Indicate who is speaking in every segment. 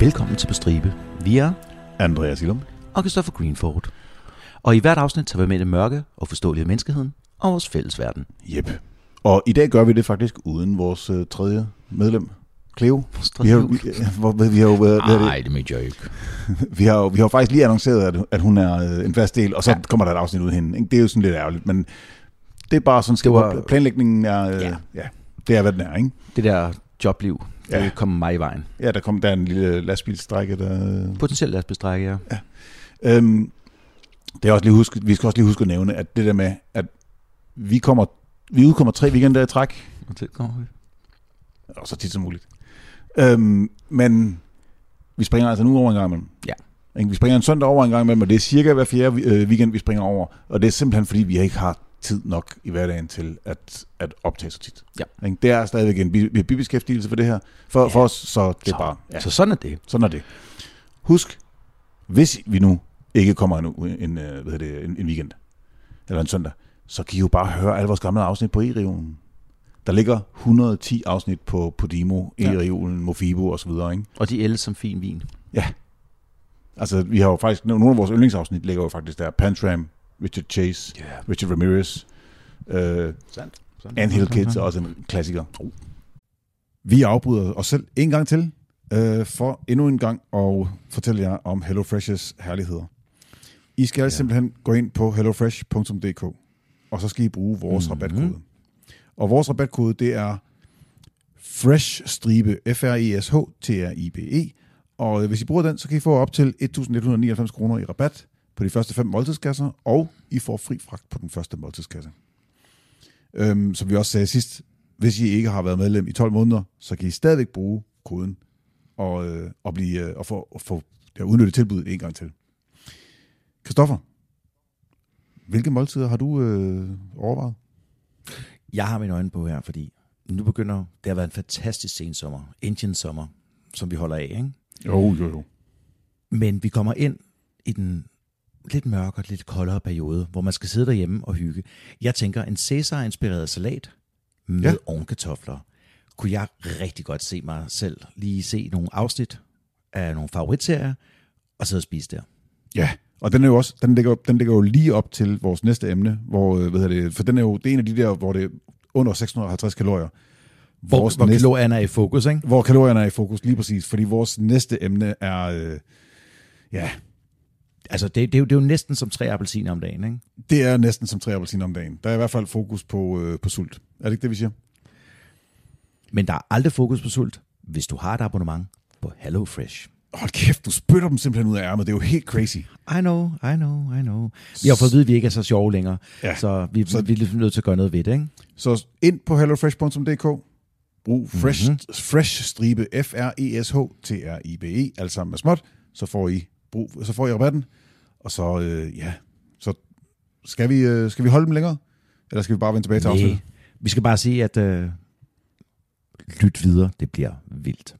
Speaker 1: Velkommen til På Stribe. Vi er
Speaker 2: Andreas Ilum.
Speaker 1: og Christopher Greenford. Og i hvert afsnit tager vi med i det mørke og forståelige af menneskeheden og vores fælles verden.
Speaker 2: Jep. Og i dag gør vi det faktisk uden vores øh, tredje medlem, Cleo. Vi har, vi, øh, hvor- vi har jo været, hvad er
Speaker 1: Nej, det er min joke.
Speaker 2: det? vi har, jo- vi har jo faktisk lige annonceret, at, at hun er øh, en fast del, og så ja. kommer der et afsnit ud af hende. ikke? Det er jo sådan lidt ærgerligt, men det er bare sådan,
Speaker 1: Det
Speaker 2: det
Speaker 1: var-
Speaker 2: var, planlægningen er, øh,
Speaker 1: Ja.
Speaker 2: ja. ja, det er, hvad den er, ikke?
Speaker 1: Det der jobliv, det
Speaker 2: Ja.
Speaker 1: kommer mig i vejen.
Speaker 2: Ja, der kom der er en lille lastbilstrække, der...
Speaker 1: Potentielt at bestrække jer.
Speaker 2: Øhm, det er også lige huske, vi skal også lige huske at nævne, at det der med, at vi, kommer, vi udkommer tre weekender i træk,
Speaker 1: Og til kommer vi.
Speaker 2: og så tit som muligt. Øhm, men vi springer altså en uge over en gang imellem.
Speaker 1: Ja.
Speaker 2: Ikke? Vi springer en søndag over en gang imellem, og det er cirka hver fjerde øh, weekend, vi springer over. Og det er simpelthen, fordi vi ikke har tid nok i hverdagen til at, at optage så tit.
Speaker 1: Ja.
Speaker 2: Ikke? Det er stadigvæk en bi- bi- bibeskæftigelse for det her. For, ja. for os, så det er bare... Ja.
Speaker 1: Så sådan er det.
Speaker 2: Sådan er det. Husk, hvis vi nu ikke kommer en, en, øh, hvad hedder det, en, en weekend, eller en søndag, så kan I jo bare høre alle vores gamle afsnit på E-regionen. Der ligger 110 afsnit på Podimo,
Speaker 1: Ja.
Speaker 2: E-regionen, Mofibo osv. Ikke?
Speaker 1: Og de ældes som fin vin.
Speaker 2: Altså, vi har jo faktisk, nogle af vores yndlingsafsnit ligger jo faktisk der. Pantram, Richard Chase,
Speaker 1: Ja, yeah.
Speaker 2: Richard Ramirez, øh,
Speaker 1: sandt.
Speaker 2: Ant Hill Kids er også en klassiker. Vi afbryder os selv en gang til, øh, for endnu en gang at fortælle jer om HelloFresh's herligheder. I skal ja. simpelthen gå ind på hellofresh.dk, og så skal I bruge vores mm-hmm. rabatkode. Og vores rabatkode, det er FRESH-stribe, E F-R-E-S-H-T-R-I-B-E, og øh, hvis I bruger den, så kan I få op til 1.199 kroner i rabat på de første fem måltidskasser, og I får fri fragt på den første måltidskasse. Øhm, som vi også sagde sidst, hvis I ikke har været medlem i 12 måneder, så kan I stadigvæk bruge koden og, øh, og, blive, øh, og få, og få ja, udnyttet tilbuddet en gang til. Kristoffer, hvilke måltider har du øh, overvejet?
Speaker 3: Jeg har mine øjne på her, fordi nu begynder, det har været en fantastisk sensommer, Indian sommer, som vi holder af, ikke?
Speaker 2: Jo, jo, jo.
Speaker 3: Men vi kommer ind i den lidt mørkere, lidt koldere periode, hvor man skal sidde derhjemme og hygge. Jeg tænker, en Cæsar-inspireret salat med
Speaker 2: Ja.
Speaker 3: ja. ovenkartofler, kunne jeg rigtig godt se mig selv lige se nogle afsnit af nogle favoritserier, og sidde og spise der.
Speaker 2: Ja, og den, er jo også, den, ligger, den ligger jo lige op til vores næste emne, hvor, øh, hvad hedder det, for den er jo det er en af de der, hvor det er under 650 kalorier.
Speaker 3: Hvor, hvor kalorierne er i fokus, ikke?
Speaker 2: hvor kalorierne er i fokus, lige præcis, fordi vores næste emne er, øh, ja,
Speaker 3: Altså, det, det, er jo, det er jo næsten som tre appelsiner om dagen, ikke?
Speaker 2: det er næsten som tre appelsiner om dagen. Der er i hvert fald fokus på, øh, på sult. Er det ikke det, vi siger?
Speaker 3: Men der er aldrig fokus på sult, hvis du har et abonnement på HelloFresh.
Speaker 2: Hold kæft, du spytter dem simpelthen ud af ærmet. Det er jo helt crazy.
Speaker 3: I know, I know, I know. Vi har fået at vide, at vi ikke er så sjove længere,
Speaker 2: Ja.
Speaker 3: ja. så, vi, så vi er lidt nødt til at gøre noget ved det, ikke?
Speaker 2: Så ind på hellofresh.dk,
Speaker 3: Mhm.
Speaker 2: brug fresh, mm-hmm. fresh stribe E F-R-E-S-H-T-R-I-B-E, E, alt sammen med småt, så får I, brug, så får I rabatten, og så, øh, ja, så skal vi, øh, skal vi holde dem længere? Eller skal vi bare vende tilbage til afsnittet?
Speaker 3: Nej. Vi skal bare sige, at øh, lyt videre, det bliver vildt.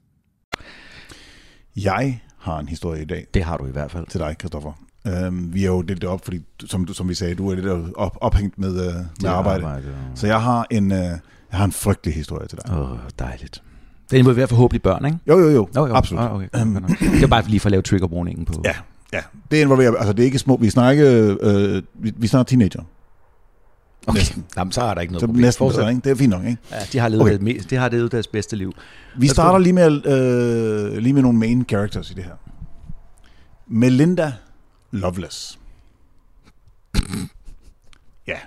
Speaker 2: Jeg har en historie i dag,
Speaker 3: Det har du i hvert fald.
Speaker 2: til dig, Kristoffer. Øhm, vi er jo delt op, fordi du- som, du- som vi sagde, du er lidt op, ophængt med, øh, med arbejde. arbejde. Så jeg har en, øh, jeg har en frygtelig historie til dig.
Speaker 1: Åh, oh, dejligt. Det involverer forhåbentlig børn, ikke?
Speaker 2: Jo, jo, jo.
Speaker 1: Jo, jo.
Speaker 2: Absolut. Øhm.
Speaker 1: Ah, okay. Godt nok. Det var bare lige for at lave triggerwarningen på.
Speaker 2: Ja, ja. Det involverer, altså det er ikke små, vi snakker, øh, vi, vi snakker teenager.
Speaker 1: okay.
Speaker 2: næsten.
Speaker 1: Jamen, så er der ikke noget
Speaker 2: Så
Speaker 1: problem.
Speaker 2: næsten
Speaker 1: Fortsæt.
Speaker 2: bedre, ikke? Det er fint nok, ikke?
Speaker 1: Ja, de har levet,
Speaker 2: Okay.
Speaker 1: okay. deres, de har levet deres bedste liv.
Speaker 2: Vi
Speaker 1: Værsgo.
Speaker 2: starter lige med, øh, lige med nogle main characters i det her. Melinda Lovelace. Ja.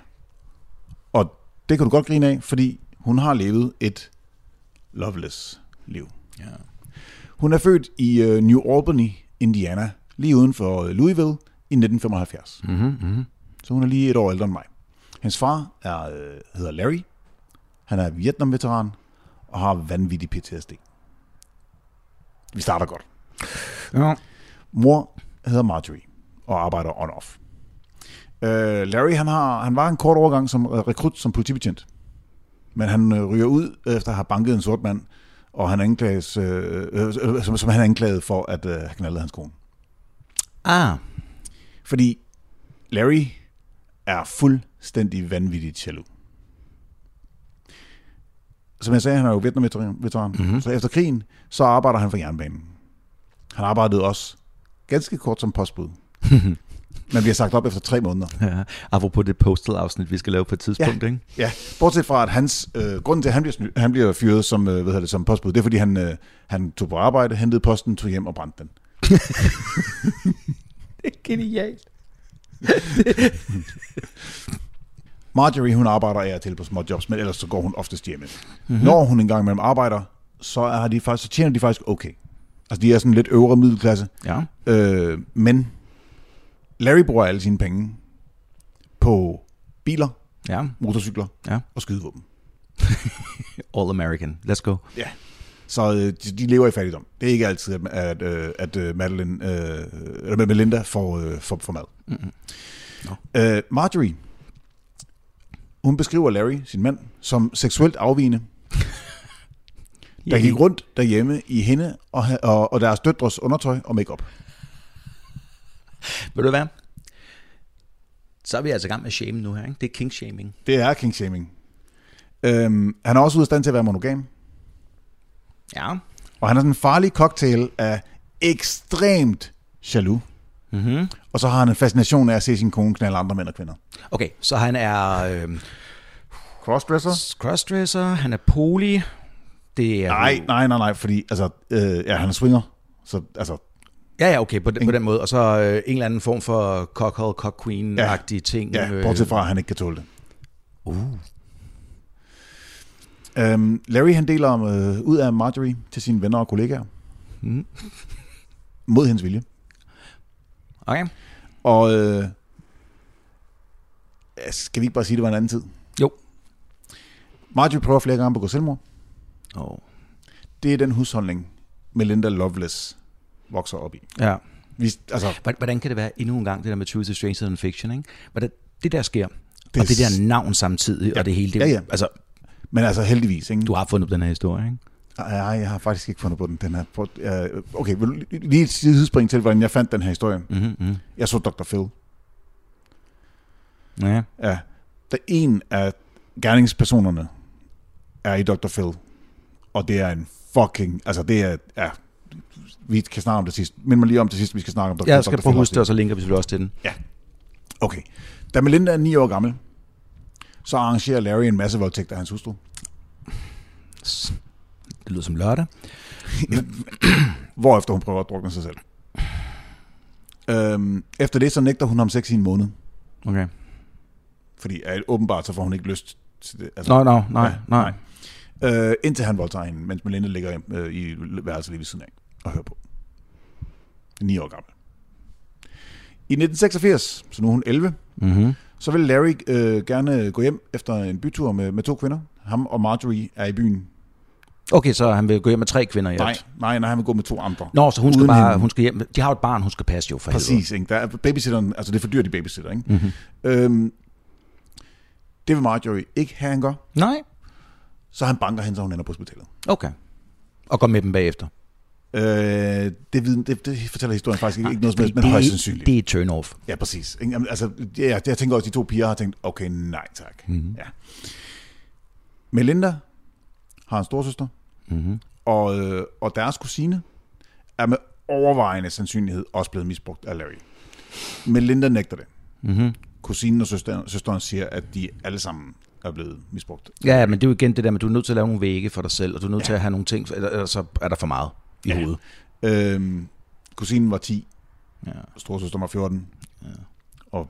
Speaker 2: Og det kan du godt grine af, fordi hun har levet et loveless liv.
Speaker 1: Ja.
Speaker 2: Hun er født i øh, New Albany, Indiana, lige uden for øh, Louisville i 1975.
Speaker 1: Mm-hmm, mm-hmm.
Speaker 2: Så hun er lige et år ældre end mig. Hendes far er, øh, hedder Larry. Han er Vietnam-veteran og har vanvittig PTSD. Vi starter godt.
Speaker 1: Ja.
Speaker 2: Mor hedder Marjorie og arbejder on-off. Øh, Larry han, har, han var en kort overgang som øh, rekrut som politibetjent. Men han øh, ryger ud efter at have banket en sort mand, og han anklages, øh, øh, øh, som, som han anklagede for at øh, have knaldet hans kone.
Speaker 1: Ah,
Speaker 2: Fordi Larry er fuldstændig vanvittigt jaloux. Som jeg sagde, han er jo Vietnam-veteran. Mm-hmm. Så efter krigen, så arbejder han for jernbanen. Han arbejdede også ganske kort som postbud. Men vi har sagt op efter tre måneder.
Speaker 1: Ja. Apropos det postal-afsnit, vi skal lave på et tidspunkt, ja. ikke?
Speaker 2: Ja, bortset fra, at hans, øh, grunden til, at han bliver, sny- han bliver fyret som, øh, hvad hedder det, som postbud, det er, fordi han, øh, han tog på arbejde, hentede posten, tog hjem og brændte den.
Speaker 1: Det er genialt.
Speaker 2: Marjorie, hun arbejder af og til på små jobs, men ellers så går hun oftest hjemme. Mm-hmm. Når hun engang imellem arbejder, så, er de faktisk, så tjener de faktisk okay. Altså, de er sådan lidt øvre middelklasse.
Speaker 1: Ja.
Speaker 2: Øh, men Larry bruger alle sine penge på biler,
Speaker 1: Ja.
Speaker 2: motorcykler
Speaker 1: Ja.
Speaker 2: og skydevåben.
Speaker 1: All American. Let's go.
Speaker 2: Ja. Så øh, de, de lever i fattigdom. Det er ikke altid, at, at, øh, at øh, Madeline, øh, eller Melinda får, øh, får, får mad.
Speaker 1: Mm-mm.
Speaker 2: No. Øh, Marjorie, hun beskriver Larry, sin mand, som seksuelt afvigende, der gik rundt derhjemme i hende og, ha- og, og deres døtres undertøj og makeup.
Speaker 1: Ved du hvad? Så er vi altså i gang med shame nu her, ikke? Det er king shaming.
Speaker 2: Det er kingshaming. Øhm, han er også ude af stand til at være monogam,
Speaker 1: Ja.
Speaker 2: og han er sådan en farlig cocktail af ekstremt jaloux.
Speaker 1: Mm-hmm.
Speaker 2: Og så har han en fascination af at se sin kone knalde andre mænd og kvinder.
Speaker 1: Okay, så han er øh,
Speaker 2: Crossdresser?
Speaker 1: crossdresser, han er poli. Det er
Speaker 2: Nej, nej, nej, nej, fordi altså, øh, ja, han er swinger. Så, altså,
Speaker 1: Ja, ja, okay, på den, på den måde. Og så øh, en eller anden form for cockhole, cock queen-agtige ja. ting.
Speaker 2: ja, bortset fra, at han ikke kan tåle det.
Speaker 1: Øh. Uh.
Speaker 2: Øhm, Larry, han deler øh, ud af Marjorie til sine venner og kollegaer.
Speaker 1: Mm.
Speaker 2: Mod hendes vilje.
Speaker 1: Okay.
Speaker 2: Og øh, ja, skal vi ikke bare sige, at det var en anden tid?
Speaker 1: Jo.
Speaker 2: Marjorie prøver flere gange på at gå selvmord.
Speaker 1: Oh.
Speaker 2: Det er den husholdning, Melinda Loveless vokser op i.
Speaker 1: Ja.
Speaker 2: Vi, altså,
Speaker 1: Hvordan- Hvordan kan det være endnu en gang, det der med Truth is Stranger Than Fiction, ikke? Hvordan, det der sker, det
Speaker 2: Det
Speaker 1: og det
Speaker 2: er s-
Speaker 1: der navn samtidig, ja. og det hele. Det,
Speaker 2: Ja, ja.
Speaker 1: Altså,
Speaker 2: men altså heldigvis, ikke?
Speaker 1: du har fundet på den her historie, ikke?
Speaker 2: Nej, jeg har faktisk ikke fundet på den. den her. Prøv- øh, Okay, vil du li- lige et sidespring til, hvordan jeg fandt den her historie.
Speaker 3: Mhm,
Speaker 1: Mm-hmm, mm-hmm.
Speaker 2: Jeg så Dr. Phil.
Speaker 1: Ja.
Speaker 2: Ja. Der en af gerningspersonerne er i Dr. Phil. Og det er en fucking... Altså, det er... Ja, vi kan snakke om det sidst. Mind mig lige om det sidst, vi skal snakke om Dr.
Speaker 1: Jeg skal
Speaker 2: Dr.
Speaker 1: prøve at
Speaker 2: Phil
Speaker 1: huske det,
Speaker 2: også.
Speaker 1: og så linker vi selvfølgelig også til den.
Speaker 2: Okay. Da Melinda er ni år gammel, så arrangerer Larry en masse voldtægter af hans hustru.
Speaker 1: S- Det lyder som lørdag.
Speaker 2: Altså, Hvorefter hun prøver at drukne sig selv. Øhm, efter det, så nægter hun ham sex i en måned.
Speaker 1: Okay.
Speaker 2: Fordi øh, åbenbart, så får hun ikke lyst til det. Altså,
Speaker 1: Nå, no, nej,
Speaker 2: Ja,
Speaker 1: nej.
Speaker 2: Øh, indtil han voldtager hende, mens Melinda ligger øh, i værelset lige ved siden af og hører på. 9 år gammel. I 1986, så nu er hun 11,
Speaker 1: Mm-hmm.
Speaker 2: så vil Larry øh, gerne gå hjem efter en bytur med, med to kvinder. Ham og Marjorie er i byen.
Speaker 1: Okay, så han vil gå hjem med tre kvinder i alt.
Speaker 2: Nej, nej, nej, han vil gå med to andre.
Speaker 1: Nå, så hun skal,
Speaker 2: Uden
Speaker 1: bare,
Speaker 2: hende.
Speaker 1: hun skal hjem. De har jo et barn, hun skal passe jo for helvede.
Speaker 2: Præcis, ikke? Der er babysitteren, altså det er for dyrt i babysitter, ikke?
Speaker 1: Mm-hmm.
Speaker 2: Øhm, det vil Marjorie ikke have, han gør.
Speaker 1: Nej,
Speaker 2: Så han banker hende, så hun ender på hospitalet.
Speaker 1: okay. Og gå med dem bagefter.
Speaker 2: Øh, det, viden, det, det, fortæller historien faktisk ikke, ikke noget som helst, men
Speaker 1: det,
Speaker 2: højst
Speaker 1: er-
Speaker 2: sandsynligt.
Speaker 1: det er turn-off.
Speaker 2: Ja, præcis. Ikke? Jamen, Altså, ja, jeg, jeg tænker også, at de to piger har tænkt, okay, nej tak.
Speaker 1: Mhm.
Speaker 2: Mm-hmm. Ja. Melinda har en storsøster,
Speaker 1: Mm-hmm.
Speaker 2: og, øh, og deres kusine er med overvejende sandsynlighed også blevet misbrugt af Larry. Melinda nægter det.
Speaker 1: Mm-hmm.
Speaker 2: Kusinen og søsteren, søsteren siger, at de alle sammen er blevet misbrugt.
Speaker 1: Ja, ja, men det er jo igen det der med, at du er nødt til at lave nogle vægge for dig selv, og du er nødt ja.
Speaker 2: Ja.
Speaker 1: til at have nogle ting, for ellers ellers så er der for meget i
Speaker 2: Ja.
Speaker 1: hovedet.
Speaker 2: Øhm, kusinen var 10,
Speaker 1: Ja.
Speaker 2: storsøsteren var 14,
Speaker 1: Ja.
Speaker 2: og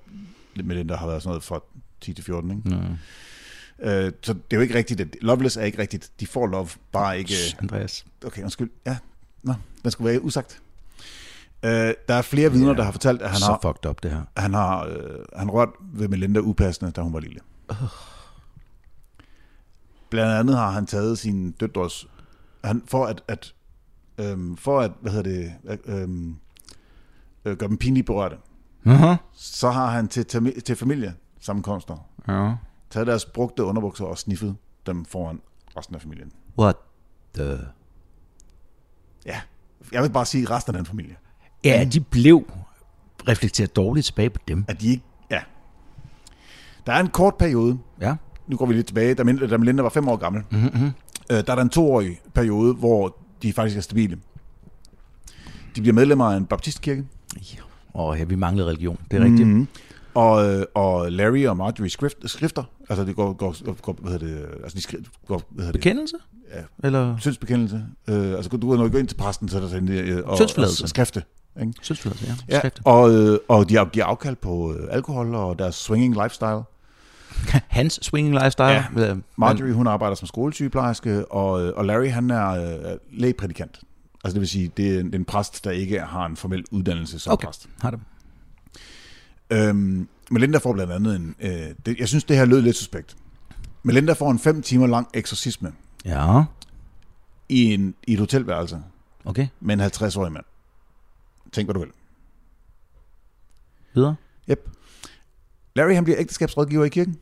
Speaker 2: Melinda har været sådan noget fra 10 til 14, ikke?
Speaker 1: Nå.
Speaker 2: Øh, så det er jo ikke rigtigt, at Loveless er ikke rigtigt. De får love, bare ikke...
Speaker 1: Shh, Andreas.
Speaker 2: Okay, undskyld. Ja, nå, den skulle være usagt. Øh, der er flere vidner, der har fortalt, at han
Speaker 1: så
Speaker 2: har,
Speaker 1: fucked up det her.
Speaker 2: han har øh, han rørt ved Melinda upassende, da hun var lille. Blandt andet har han taget sin døtres... Han, for at... at øhm, for at, hvad hedder det... at, Øhm, øh, gøre dem pinligt berørte,
Speaker 1: Uh-huh.
Speaker 2: så har han til, tami- til familie sammenkomster
Speaker 1: Ja.
Speaker 2: taget deres brugte underbukser og sniffet dem foran resten af familien.
Speaker 1: What the...
Speaker 2: Ja, jeg vil bare sige resten af den familie.
Speaker 1: Ja, de blev reflekteret dårligt tilbage på dem.
Speaker 2: at de ikke... Ja. Der er en kort periode,
Speaker 1: Ja.
Speaker 2: nu går vi lidt tilbage, da Melinda, da Melinda var fem år gammel, mm-hmm. øh, der er der en toårig periode, hvor de faktisk er stabile. De bliver medlemmer af en baptistkirke.
Speaker 3: Og ja, vi mangler religion, det er rigtigt.
Speaker 2: Mm-hmm. Og, øh, og Larry og Marjorie skrift, skrifter, altså det går, går, går hvad hedder det, altså de skriver, går, hvad hedder det,
Speaker 3: Bekendelse?
Speaker 2: Ja.
Speaker 3: Eller
Speaker 2: syndsbekendelse. Øh, altså du går gå ind til præsten, så er der sådan en, øh, og,
Speaker 3: Syndsforladelse.
Speaker 2: og skrifte. Ikke?
Speaker 3: syndsforladelse, altså, ja.
Speaker 2: Ja,
Speaker 3: Skrifter.
Speaker 2: og, øh, og de giver afkald på øh, alkohol og deres swinging lifestyle.
Speaker 3: Hans swinging lifestyle.
Speaker 2: Ja.
Speaker 3: vil jeg-
Speaker 2: Marjorie, hun arbejder som skolesygeplejerske, og, øh, og Larry, han er øh, lægprædikant. Altså det vil sige, det er en, det er en præst, der ikke har en formel uddannelse som
Speaker 3: Okay.
Speaker 2: okay. præst.
Speaker 3: Har det.
Speaker 2: Øhm, Melinda får blandt andet en... Øh, det, jeg synes, det her lød lidt suspekt. Melinda får en fem timer lang eksorcisme
Speaker 3: Ja,
Speaker 2: i, en, i et hotelværelse
Speaker 3: okay.
Speaker 2: med en 50-årig mand. Tænk, hvad du vil.
Speaker 3: Videre.
Speaker 2: Yep. Larry, han bliver ægteskabsrådgiver i kirken.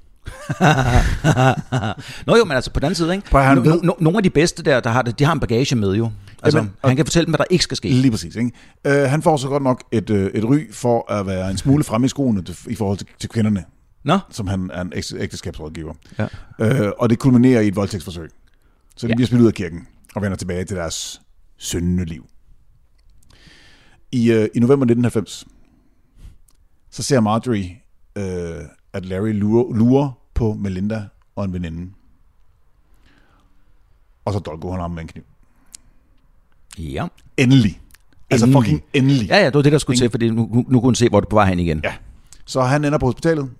Speaker 3: Nå jo, men altså på den anden side, ikke?
Speaker 2: Prøv at høre, han
Speaker 3: No-
Speaker 2: ved-
Speaker 3: no- nogle af de bedste der, der har det, de har en bagage med jo. Altså,
Speaker 2: Jamen,
Speaker 3: Jamen, han kan fortælle dem, hvad der ikke skal ske.
Speaker 2: Lige præcis. Ikke? Øh, han får så godt nok et, øh, et ry for at være en smule fremme i skoene til- i forhold til, til kvinderne,
Speaker 3: Nå,
Speaker 2: som han er en ægte- ægteskabsrådgiver.
Speaker 3: Ja.
Speaker 2: Øh, og det kulminerer i et voldtægtsforsøg. Så de
Speaker 3: Ja.
Speaker 2: ja. bliver smidt ud af kirken og vender tilbage til deres syndende liv. I, øh, I november 1990, så ser Marjorie, øh, at Larry lurer, lurer på Melinda og en veninde. Og så dolker hun ham med en kniv.
Speaker 3: ja.
Speaker 2: Endelig. Altså
Speaker 3: Endelig.
Speaker 2: fucking endelig.
Speaker 3: Ja, ja, det var det, der skulle til, fordi nu, nu kunne hun se, hvor det på vej hen igen.
Speaker 2: Ja. Så han ender på hospitalet,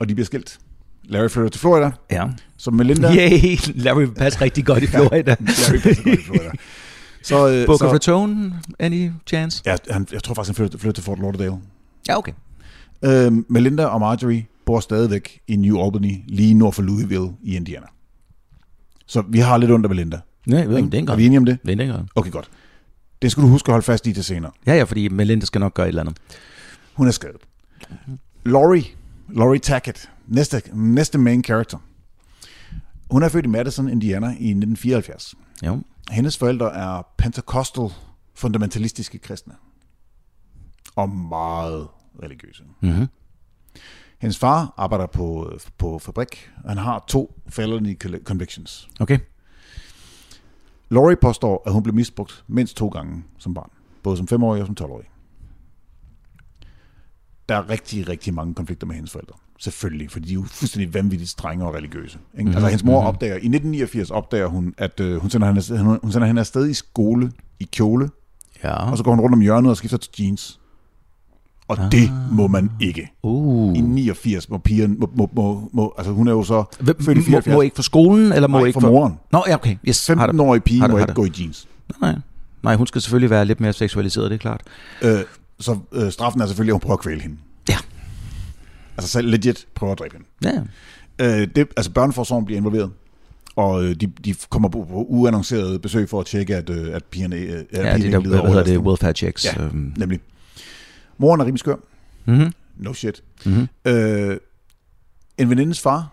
Speaker 2: og de bliver skilt. Larry flytter til Florida,
Speaker 3: ja.
Speaker 2: så Melinda...
Speaker 3: Yay, Larry vil passe rigtig godt i Florida.
Speaker 2: Larry passer godt i Florida. Så, øh,
Speaker 3: Book of
Speaker 2: så
Speaker 3: Return, any chance?
Speaker 2: ja, han, jeg tror faktisk, han flytter, flytter til Fort Lauderdale.
Speaker 3: Ja, okay.
Speaker 2: Øh, Melinda og Marjorie bor stadigvæk i New Albany, lige nord for Louisville i Indiana. Så vi har lidt under Melinda.
Speaker 3: Ja, jeg ved ikke,
Speaker 2: er
Speaker 3: dengang.
Speaker 2: vi enige om det?
Speaker 3: Det er dengang.
Speaker 2: Okay, godt. Det skal du huske at holde fast i til senere.
Speaker 3: Ja, ja, fordi Melinda skal nok gøre et eller andet.
Speaker 2: Hun er skadet. Laurie, Laurie Tackett, næste, næste main character. Hun er født i Madison, Indiana i 1974.
Speaker 3: Ja.
Speaker 2: Hendes forældre er pentecostal fundamentalistiske kristne. Og meget religiøse.
Speaker 3: Mm-hmm.
Speaker 2: Hendes far arbejder på, på fabrik, og han har to felony convictions.
Speaker 3: Okay.
Speaker 2: Laurie påstår, at hun blev misbrugt mindst to gange som barn. Både som femårig og som 12-årig. Der er rigtig, rigtig mange konflikter med hendes forældre. Selvfølgelig, fordi de er jo fuldstændig vanvittigt strenge og religiøse. Ikke?
Speaker 3: Mhm,
Speaker 2: Mm-hmm. Altså, hendes mor opdager, i 1989 opdager hun, at øh, hun, sender hende afsted, hun, hun sender hende afsted i skole i kjole,
Speaker 3: Ja.
Speaker 2: og så går hun rundt om hjørnet og skifter til jeans. Og ah. det må man ikke.
Speaker 3: Uh.
Speaker 2: I 89 må pigeren, må, må, må, må, altså hun er jo så
Speaker 3: Hvem,
Speaker 2: født i
Speaker 3: må,
Speaker 2: 74.
Speaker 3: må ikke for skolen, eller må
Speaker 2: Nej,
Speaker 3: ikke
Speaker 2: for moren.
Speaker 3: Nå, ja, okay. Yes, har det.
Speaker 2: 15-årig pige
Speaker 3: Har det,
Speaker 2: må
Speaker 3: har
Speaker 2: ikke
Speaker 3: det.
Speaker 2: gå i jeans.
Speaker 3: Nej, nej. nej, hun skal selvfølgelig være lidt mere seksualiseret, det er klart.
Speaker 2: Øh, så øh, straffen er selvfølgelig, at hun prøver at kvæle hende.
Speaker 3: Ja.
Speaker 2: Altså selv legit prøver at dræbe hende.
Speaker 3: Ja,
Speaker 2: Øh, det, altså børneforsorgen bliver involveret, og øh, de, de kommer på, på uannoncerede besøg for at tjekke, at, øh, at pigerne, øh, at
Speaker 3: ja
Speaker 2: pigerne
Speaker 3: det
Speaker 2: ikke
Speaker 3: der,
Speaker 2: lider
Speaker 3: hvad hedder det,
Speaker 2: overlastning.
Speaker 3: welfare checks.
Speaker 2: Ja.
Speaker 3: Øhm.
Speaker 2: Nemlig. Moren er rimelig skør.
Speaker 3: Mm-hmm.
Speaker 2: No shit.
Speaker 3: Mhm.
Speaker 2: Øh, en venindes far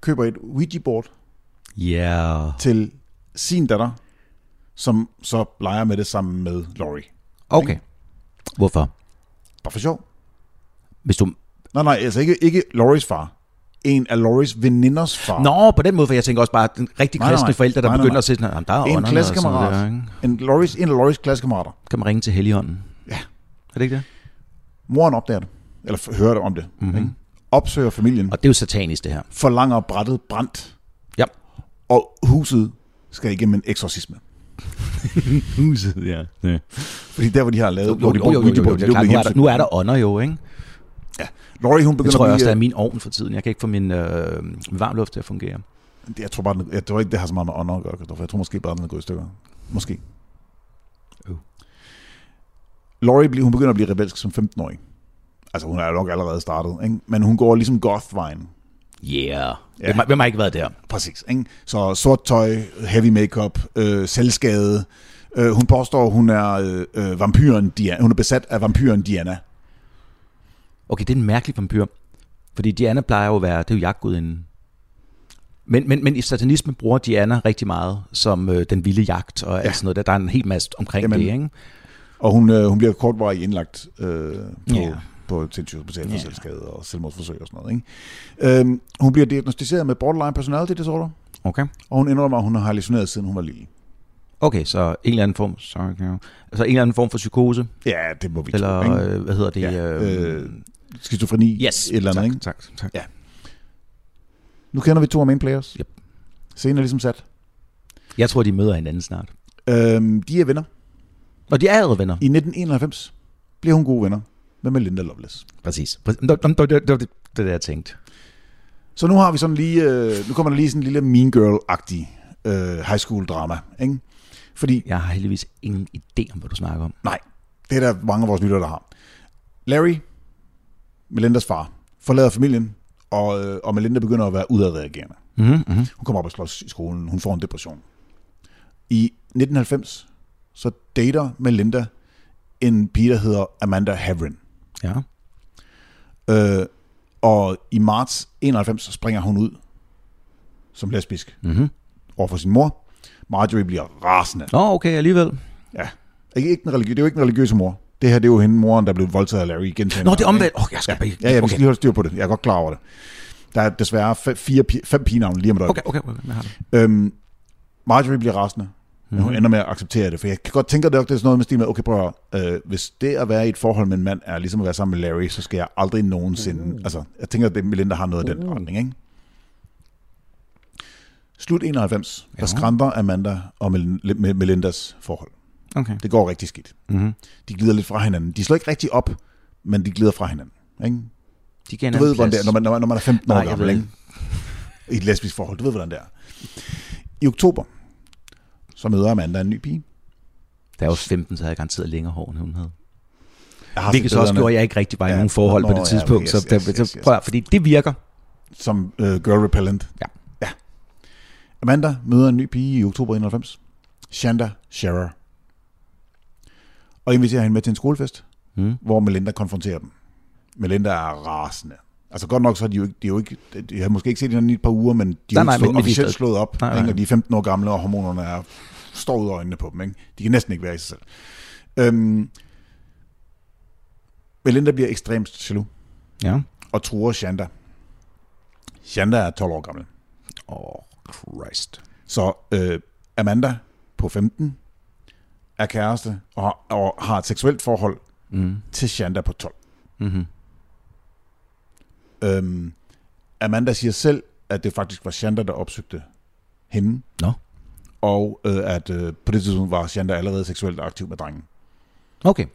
Speaker 2: køber et Ouija-board
Speaker 3: Yeah.
Speaker 2: til sin datter, som så leger med det sammen med Laurie.
Speaker 3: Okay. Hvorfor?
Speaker 2: Bare for sjov.
Speaker 3: Hvis du...
Speaker 2: Nej, nej, altså ikke, ikke Lauries far. En af Lauries veninders far.
Speaker 3: Nå, på den måde, for jeg tænker også bare, at den rigtig
Speaker 2: Nej, nej,
Speaker 3: kristne
Speaker 2: nej.
Speaker 3: forældre, der
Speaker 2: Nej, nej,
Speaker 3: begynder
Speaker 2: nej.
Speaker 3: at sige, sådan, "Jamen, der er
Speaker 2: en
Speaker 3: ånderne og sådan noget der,
Speaker 2: klassekammerat.
Speaker 3: ikke?
Speaker 2: En, Lauries, en af Lauries klassekammerater.
Speaker 3: Kan man ringe til Helligånden?
Speaker 2: Ja. Mm.
Speaker 3: Er det ikke det?
Speaker 2: Moren opdager det. Eller f- hører det om det. Mm-hmm. Ikke? Opsøger familien.
Speaker 3: Mhm. Og det er jo satanisk, det her.
Speaker 2: Forlanger brættet brændt.
Speaker 3: Ja.
Speaker 2: Og huset skal igennem en eksorcisme.
Speaker 3: Huset, ja. ja.
Speaker 2: Fordi der, hvor de har lavet...
Speaker 3: Jo, jo,
Speaker 2: hvor de
Speaker 3: jo, jo, jo,
Speaker 2: brugte
Speaker 3: jo, jo,
Speaker 2: Ouija-bordet,
Speaker 3: det
Speaker 2: de
Speaker 3: er
Speaker 2: blev
Speaker 3: klart, nu, er der,
Speaker 2: hjemsøgt.
Speaker 3: nu er der ånder jo, ikke?
Speaker 2: Laurie, hun begynder
Speaker 3: Det tror jeg
Speaker 2: at
Speaker 3: også,
Speaker 2: blive... øh,
Speaker 3: der er min ovn for tiden. Jeg kan ikke få min øh, varmluft til at fungere.
Speaker 2: Jeg tror bare, den- jeg tror ikke, det har så meget med ånder at gøre, Christoffer. Jeg tror måske bare, den er gået i stykker. Måske.
Speaker 3: Øv.
Speaker 2: Laurie, bliver- hun begynder at blive rebelsk som 15-årig. Altså, hun er jo nok allerede startet, ikke? Men hun går ligesom goth-vejen.
Speaker 3: Yeah.
Speaker 2: Ja.
Speaker 3: Hvem, har- hvem har ikke været der?
Speaker 2: Præcis, ikke? Så sort tøj, heavy makeup, øh, selvskade. Øh, hun påstår, hun er øh, øh, vampyren Diana. Hun er besat af vampyren Diana.
Speaker 3: Okay, det er en mærkelig vampyr. Fordi Diana plejer jo at være, det er jo jagtgudinden. Men, men, men i satanisme bruger Diana rigtig meget som øh, den vilde jagt og alt
Speaker 2: Ja.
Speaker 3: sådan noget. Der, der er en hel masse omkring Jamen.
Speaker 2: Jamen.
Speaker 3: det, ikke?
Speaker 2: Og hun, øh, hun bliver kortvarigt indlagt øh, på,
Speaker 3: Ja.
Speaker 2: yeah. på sindssygehospitalet for
Speaker 3: Ja.
Speaker 2: yeah. selvskade og selvmordsforsøg og sådan noget. Ikke? Øhm, hun bliver diagnostiseret med borderline personality disorder,
Speaker 3: Okay.
Speaker 2: og hun indrømmer, at hun har hallucineret, siden hun var lille.
Speaker 3: Okay, så en eller anden form, sorry, no. altså en eller anden form for psykose,
Speaker 2: Ja, det må vi
Speaker 3: eller
Speaker 2: tro, ikke?
Speaker 3: øh, hvad hedder det?
Speaker 2: Ja,
Speaker 3: øh,
Speaker 2: øh, Skizofreni,
Speaker 3: yes,
Speaker 2: et eller andet,
Speaker 3: tak,
Speaker 2: ikke?
Speaker 3: tak, tak.
Speaker 2: Ja. Nu kender vi to af main players.
Speaker 3: Yep.
Speaker 2: Scenen er ligesom sat.
Speaker 3: Jeg tror, de møder hinanden snart.
Speaker 2: Øhm, de er venner.
Speaker 3: Og de er allerede venner.
Speaker 2: I 1991 bliver hun gode venner med Melinda Lovelace.
Speaker 3: Præcis. Præ- Nå, nå, nå, Det det var det, det, jeg tænkte.
Speaker 2: Så nu har vi sådan lige, øh, nu kommer der lige sådan en lille Mean Girl-agtig øh, high school drama, ikke? Fordi
Speaker 3: Jeg har heldigvis ingen idé om, hvad du snakker om.
Speaker 2: Nej, det er der mange af vores lyttere, der har. Larry, Melindas far, forlader familien, og, øh, og Melinda begynder at være udadreagerende.
Speaker 3: Mm-hmm, mm-hmm.
Speaker 2: Hun kommer op og slås i skolen, hun får en depression. I 1990, så dater Melinda en pige, der hedder Amanda Havren.
Speaker 3: Ja.
Speaker 2: Øh, og i marts 91 så springer hun ud som lesbisk
Speaker 3: Mm-hmm.
Speaker 2: over for sin mor. Marjorie bliver rasende.
Speaker 3: Nå, okay, alligevel.
Speaker 2: Ja. Ikke, ikke den religi- det er jo ikke den religiøse mor. Det her det er jo hende, moren, der blev voldtaget af Larry igen.
Speaker 3: Nå, det er omvendt. Åh, oh, jeg skal bare...
Speaker 2: Ja, ja, vi
Speaker 3: okay.
Speaker 2: skal lige holde styr på det. Jeg er godt klar over det. Der er desværre fe- fire, pi- fem pigenavne lige om et
Speaker 3: Okay,
Speaker 2: øjeblik.
Speaker 3: okay, okay, jeg har det.
Speaker 2: Okay. Øhm, Marjorie bliver rasende, men hun
Speaker 3: Mhm.
Speaker 2: ender med at acceptere det, for jeg kan godt tænke, at det er sådan noget med stil med, okay, prøv at, høre, øh, hvis det at være i et forhold med en mand er ligesom at være sammen med Larry, så skal jeg aldrig nogensinde, mm. altså, jeg tænker, at det- Melinda har noget af
Speaker 3: Mm.
Speaker 2: den retning, ikke? Slut 91, der
Speaker 3: Ja.
Speaker 2: skræmper Amanda og Mel- Mel- Melindas forhold.
Speaker 3: Okay.
Speaker 2: Det går rigtig skidt.
Speaker 3: Mm-hmm.
Speaker 2: De glider lidt fra hinanden. De slår ikke rigtig op, men de glider fra hinanden, ikke?
Speaker 3: De giver
Speaker 2: Du ved, hvordan det er, når man, når man, når man er 15 år
Speaker 3: Nej, jeg
Speaker 2: gammel,
Speaker 3: ved
Speaker 2: ikke? I et lesbisk forhold, du ved, hvordan det er. I oktober, så møder Amanda en ny pige.
Speaker 3: Der er jo 15, så havde jeg garanteret længere hår, end hun havde.
Speaker 2: Jeg har
Speaker 3: Hvilket
Speaker 2: set
Speaker 3: så også
Speaker 2: billederne,
Speaker 3: gjorde, at jeg ikke rigtig var i
Speaker 2: Ja.
Speaker 3: ja. nogen forhold
Speaker 2: Nå,
Speaker 3: på det
Speaker 2: ja,
Speaker 3: tidspunkt.
Speaker 2: okay,
Speaker 3: så,
Speaker 2: yes,
Speaker 3: der,
Speaker 2: yes, yes,
Speaker 3: så
Speaker 2: yes.
Speaker 3: prøv at, fordi det virker.
Speaker 2: Som øh, girl repellent.
Speaker 3: Ja.
Speaker 2: ja. Amanda møder en ny pige i oktober 91. Shanda Scherer. Og inviterer hende med til en skolefest,
Speaker 3: Mm.
Speaker 2: hvor Melinda konfronterer dem. Melinda er rasende. Altså godt nok så er de jo ikke, de, er jo ikke, de har måske ikke set hinanden i et par uger, men de er
Speaker 3: Nej,
Speaker 2: jo
Speaker 3: nej,
Speaker 2: slå,
Speaker 3: men- men de er
Speaker 2: officielt
Speaker 3: stadig-
Speaker 2: slået op,
Speaker 3: Nej,
Speaker 2: nej, nej.
Speaker 3: nej.
Speaker 2: og de er 15 år gamle, og hormonerne er, står ud af øjnene på dem. Ikke? De kan næsten ikke være i sig selv. Øhm, Melinda bliver ekstremt jaloux
Speaker 3: Ja.
Speaker 2: og truer Shanda. Shanda er 12 år gammel.
Speaker 3: Oh, Christ.
Speaker 2: Så øh, Amanda på 15 er kæreste og, har- og har et seksuelt forhold
Speaker 3: Mm.
Speaker 2: til Shanda på 12. mhm.
Speaker 3: Mm-hmm.
Speaker 2: Øhm, Amanda siger selv, at det faktisk var Shanda, der opsøgte hende.
Speaker 3: Nå.
Speaker 2: Og øh, at øh, på det tidspunkt var Shanda allerede seksuelt aktiv med drengen.
Speaker 3: Okay.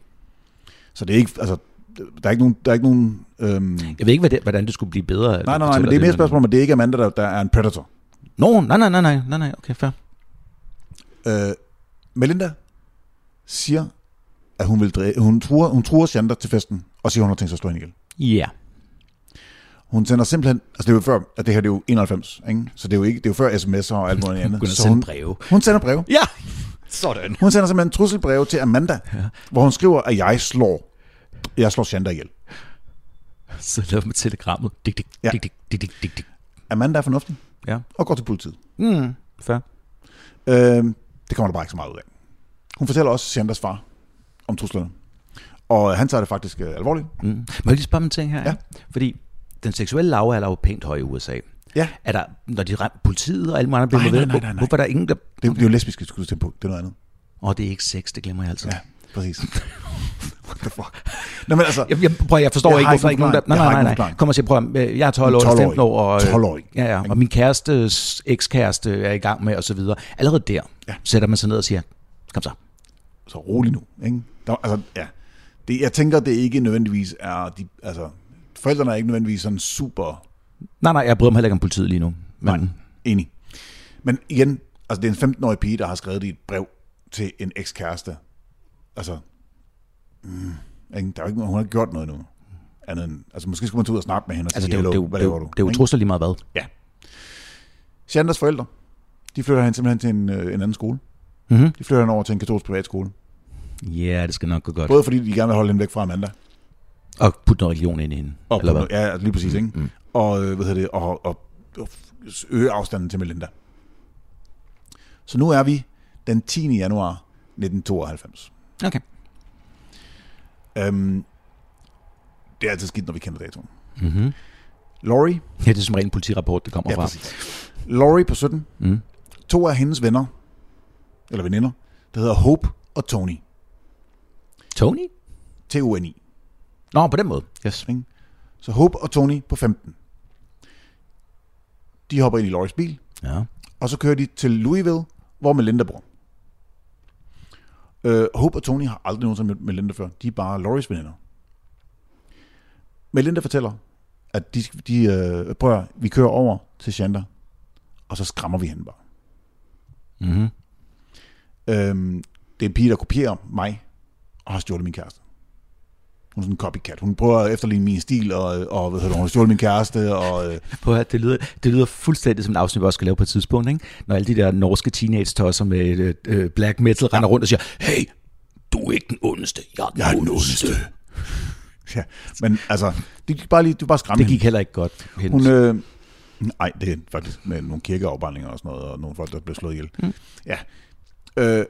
Speaker 2: Så det er ikke, altså, der er ikke nogen, der er ikke nogen, øhm, nej,
Speaker 3: Jeg ved ikke, hvad det, hvordan det skulle blive bedre. at du
Speaker 2: nej, nej,
Speaker 3: fortæller
Speaker 2: men det er mere et
Speaker 3: men-
Speaker 2: spørgsmål om, at det er ikke Amanda, der, der er en predator.
Speaker 3: Nå, nej, nej, nej, nej, nej, nej, okay, fair.
Speaker 2: Øh, Melinda siger, at hun vil dræ- hun truer, hun truer Shanda til festen, og siger, at hun har tænkt sig at slå hende ihjel.
Speaker 3: Ja.
Speaker 2: Hun sender simpelthen, altså det er jo før, at det her det er jo 91, ikke? så det er jo ikke, det er jo før sms'er og alt muligt andet.
Speaker 3: Begynder at
Speaker 2: Så
Speaker 3: sende
Speaker 2: hun,
Speaker 3: breve.
Speaker 2: hun sender breve.
Speaker 3: Ja, sådan.
Speaker 2: Hun sender simpelthen en trusselbrev til Amanda, ja. hvor hun skriver, at jeg slår, jeg slår Shanda ihjel.
Speaker 3: Så laver man telegrammet. Dik, dik,
Speaker 2: Ja.
Speaker 3: dik, dik, dik, dik, dik, dik.
Speaker 2: Amanda er fornuftig
Speaker 3: Ja.
Speaker 2: og går til politiet.
Speaker 3: Mm, fair.
Speaker 2: Øhm, det kommer der bare ikke så meget ud af. Hun fortæller også Shandas far om truslerne. Og han tager det faktisk øh, alvorligt.
Speaker 3: Mm. Må jeg lige spørge om en ting her?
Speaker 2: Ja.
Speaker 3: ikke? Fordi den seksuelle lavalder er jo pænt høj i USA.
Speaker 2: Ja,
Speaker 3: Er der, når de rammer politiet og alle mulige andre bliver
Speaker 2: Nej,
Speaker 3: involveret,
Speaker 2: nej, nej, nej, nej.
Speaker 3: hvorfor er der ingen, der...
Speaker 2: det, det er jo lesbiske, skulle du tænke på. Det er noget andet.
Speaker 3: Åh, oh, det er ikke sex, det glemmer jeg altid.
Speaker 2: Ja, præcis. What the fuck? Nå, men altså,
Speaker 3: Jeg, jeg, prøv, at- jeg forstår
Speaker 2: Jeg
Speaker 3: jeg ikke,
Speaker 2: har
Speaker 3: hvorfor der
Speaker 2: ikke
Speaker 3: ikke nogen, der...
Speaker 2: nogen
Speaker 3: Nej,
Speaker 2: forklaring. Jeg har
Speaker 3: nej,
Speaker 2: ikke
Speaker 3: nej,
Speaker 2: nogen
Speaker 3: nej. Kom og se, prøv, at- øh, jeg er 12 år,
Speaker 2: 12-årig.
Speaker 3: 15 år, og... øh,
Speaker 2: 12-årig.
Speaker 3: Ja, ja, og min kærestes ekskæreste er i gang med, og så videre. Allerede der
Speaker 2: Ja.
Speaker 3: sætter man sig ned og siger, kom så.
Speaker 2: så rolig nu. Ikke? Der, altså, ja. Det, jeg tænker, det ikke nødvendigvis er... De, altså, forældrene er ikke nødvendigvis sådan super
Speaker 3: Nej, nej, jeg bryder mig heller ikke om politiet lige nu. Men,
Speaker 2: Nej. enig. Men igen, altså, det er en 15-årig pige, der har skrevet i et brev til en ekskæreste. Altså, mm, ikke? Der er jo ikke, hun har ikke gjort noget nu. Andet end, altså, måske skulle man tage ud og snakke med hende og
Speaker 3: altså,
Speaker 2: sige,
Speaker 3: det er jo, det er
Speaker 2: "Hallo,
Speaker 3: jo,
Speaker 2: hvad
Speaker 3: det er
Speaker 2: laver
Speaker 3: jo,
Speaker 2: du?
Speaker 3: det er jo
Speaker 2: Ikke?
Speaker 3: trusler lige meget hvad.
Speaker 2: Ja. Shandas forældre, de flytter hende simpelthen til en, øh, en anden skole.
Speaker 3: Mhm.
Speaker 2: De flytter hende over til en katolsk privatskole.
Speaker 3: Ja, det skal nok gå godt.
Speaker 2: Både fordi de gerne vil holde hende væk fra Amanda,
Speaker 3: Og putte noget religion ind i hende.
Speaker 2: Og
Speaker 3: eller
Speaker 2: Eller
Speaker 3: hvad?
Speaker 2: Ja, ja, lige præcis, ikke? Mm. Og, øh, hvad hedder det, og, og, og øge afstanden til Melinda. Så nu er vi den 10. januar 1992.
Speaker 3: Okay.
Speaker 2: Øhm, det er altid skidt, når vi kender datoen.
Speaker 3: Mm-hmm.
Speaker 2: Laurie,
Speaker 3: Ja, det er som regel en politirapport, det kommer
Speaker 2: ja,
Speaker 3: fra.
Speaker 2: præcis. Laurie på 17.
Speaker 3: Mm.
Speaker 2: To af hendes venner eller veninder, der hedder Hope og Tony.
Speaker 3: Tony?
Speaker 2: T-O-N-I.
Speaker 3: Nå, på den måde.
Speaker 1: Yes.
Speaker 2: Ikke? Så Hope og Tony på 15. De hopper ind i Loris bil,
Speaker 3: Ja.
Speaker 2: og så kører de til Louisville, hvor Melinda bor. Øh, Hope og Tony har aldrig nogensinde mødt Melinda før. De er bare Loris veninder. Melinda fortæller, at de, de øh, prøver, at høre, vi kører over til Chandler, og så skræmmer vi hende bare.
Speaker 3: Mm-hmm.
Speaker 2: Øhm, det er en pige, der kopierer mig og har stjålet min kæreste. Hun er sådan en copycat. Hun prøver at efterligne min stil, og, og hvad hedder det, hun har stjålet min kæreste, og øh,
Speaker 3: Prøv at høre, det lyder, det lyder fuldstændig som et afsnit, vi også skal lave på et tidspunkt, ikke? Når alle de der norske teenage-tosser med øh, øh, black metal render rundt og siger, hey, du er ikke den ondeste, jeg er den,
Speaker 2: jeg er den
Speaker 3: ondeste.
Speaker 2: ondeste. Ja, men altså, det gik bare lige, du bare skræmme
Speaker 3: Det gik heller ikke godt. Hen.
Speaker 2: Hun, øh, nej, det er faktisk med nogle kirkeafbrændinger og sådan noget, og nogle folk, der blev slået ihjel. Mm. Ja. Øh,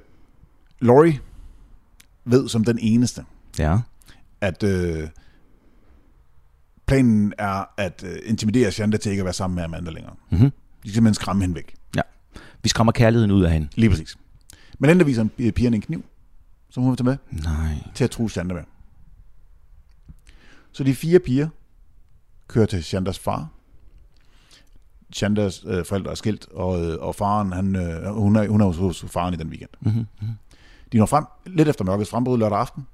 Speaker 2: Laurie ved som den eneste,
Speaker 3: Ja.
Speaker 2: at øh, planen er at øh, intimidere Shanda til ikke at være sammen med Amanda længere.
Speaker 3: Mhm.
Speaker 2: Mm-hmm. De skal simpelthen skræmme hende væk.
Speaker 3: ja. Vi skræmmer kærligheden ud af hende.
Speaker 2: Lige præcis. Men endda viser en- pigerne en kniv, som hun vil tage med,
Speaker 3: Nej.
Speaker 2: til at true Shanda med. Så de fire piger kører til Shandas far. Shandas øh, forældre er skilt, og, øh, og faren, han, øh, hun, er, hun er hos- hos faren i den weekend. Mm-hmm. De når frem lidt efter mørkets frembrud lørdag aften.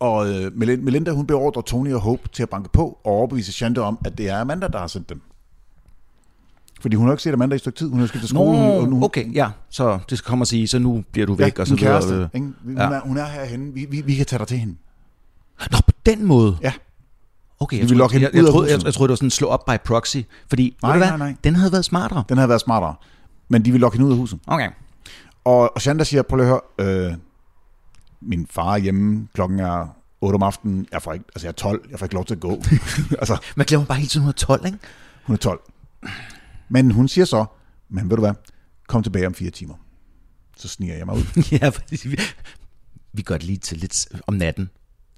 Speaker 2: Og øh, Melin- Melinda, hun beordrer Tony og Hope til at banke på og overbevise Shanda om, at det er Amanda, der har sendt dem. Fordi hun har ikke set Amanda i et stykke tid. Hun har skiftet skole. hun, hun,
Speaker 3: Nå, okay, ja. Så det skal komme og sige, så nu bliver du væk, og så
Speaker 2: din kæreste,
Speaker 3: videre.
Speaker 2: ikke? Hun,
Speaker 3: Ja.
Speaker 2: er, hun er herhenne. Vi, vi, vi kan tage dig til hende.
Speaker 3: Nå, på den måde.
Speaker 2: Ja.
Speaker 3: Okay,
Speaker 2: Vi
Speaker 3: jeg
Speaker 2: vil
Speaker 3: troede,
Speaker 2: lokke hende
Speaker 3: jeg, jeg,
Speaker 2: ud af
Speaker 3: troede, jeg,
Speaker 2: huset.
Speaker 3: jeg troede, det var sådan slå op by proxy, fordi nej,
Speaker 2: Nej,
Speaker 3: ved du
Speaker 2: nej,
Speaker 3: hvad?
Speaker 2: nej.
Speaker 3: den havde været smartere.
Speaker 2: Den havde været smartere. Men de vil lokke hende ud af huset.
Speaker 3: Okay.
Speaker 2: Og, og Shanda siger, prøv lige at høre, øh, min far er hjemme, klokken er 8 om aftenen, jeg, får ikke, altså jeg er 12, jeg får ikke lov til at gå. altså,
Speaker 3: Man glemmer bare hele tiden, hun er 12, ikke?
Speaker 2: hun er 12. Men hun siger så, men ved du hvad, kom tilbage om fire timer. Så sniger jeg mig ud.
Speaker 3: ja, fordi vi, vi gør det lige til lidt om natten.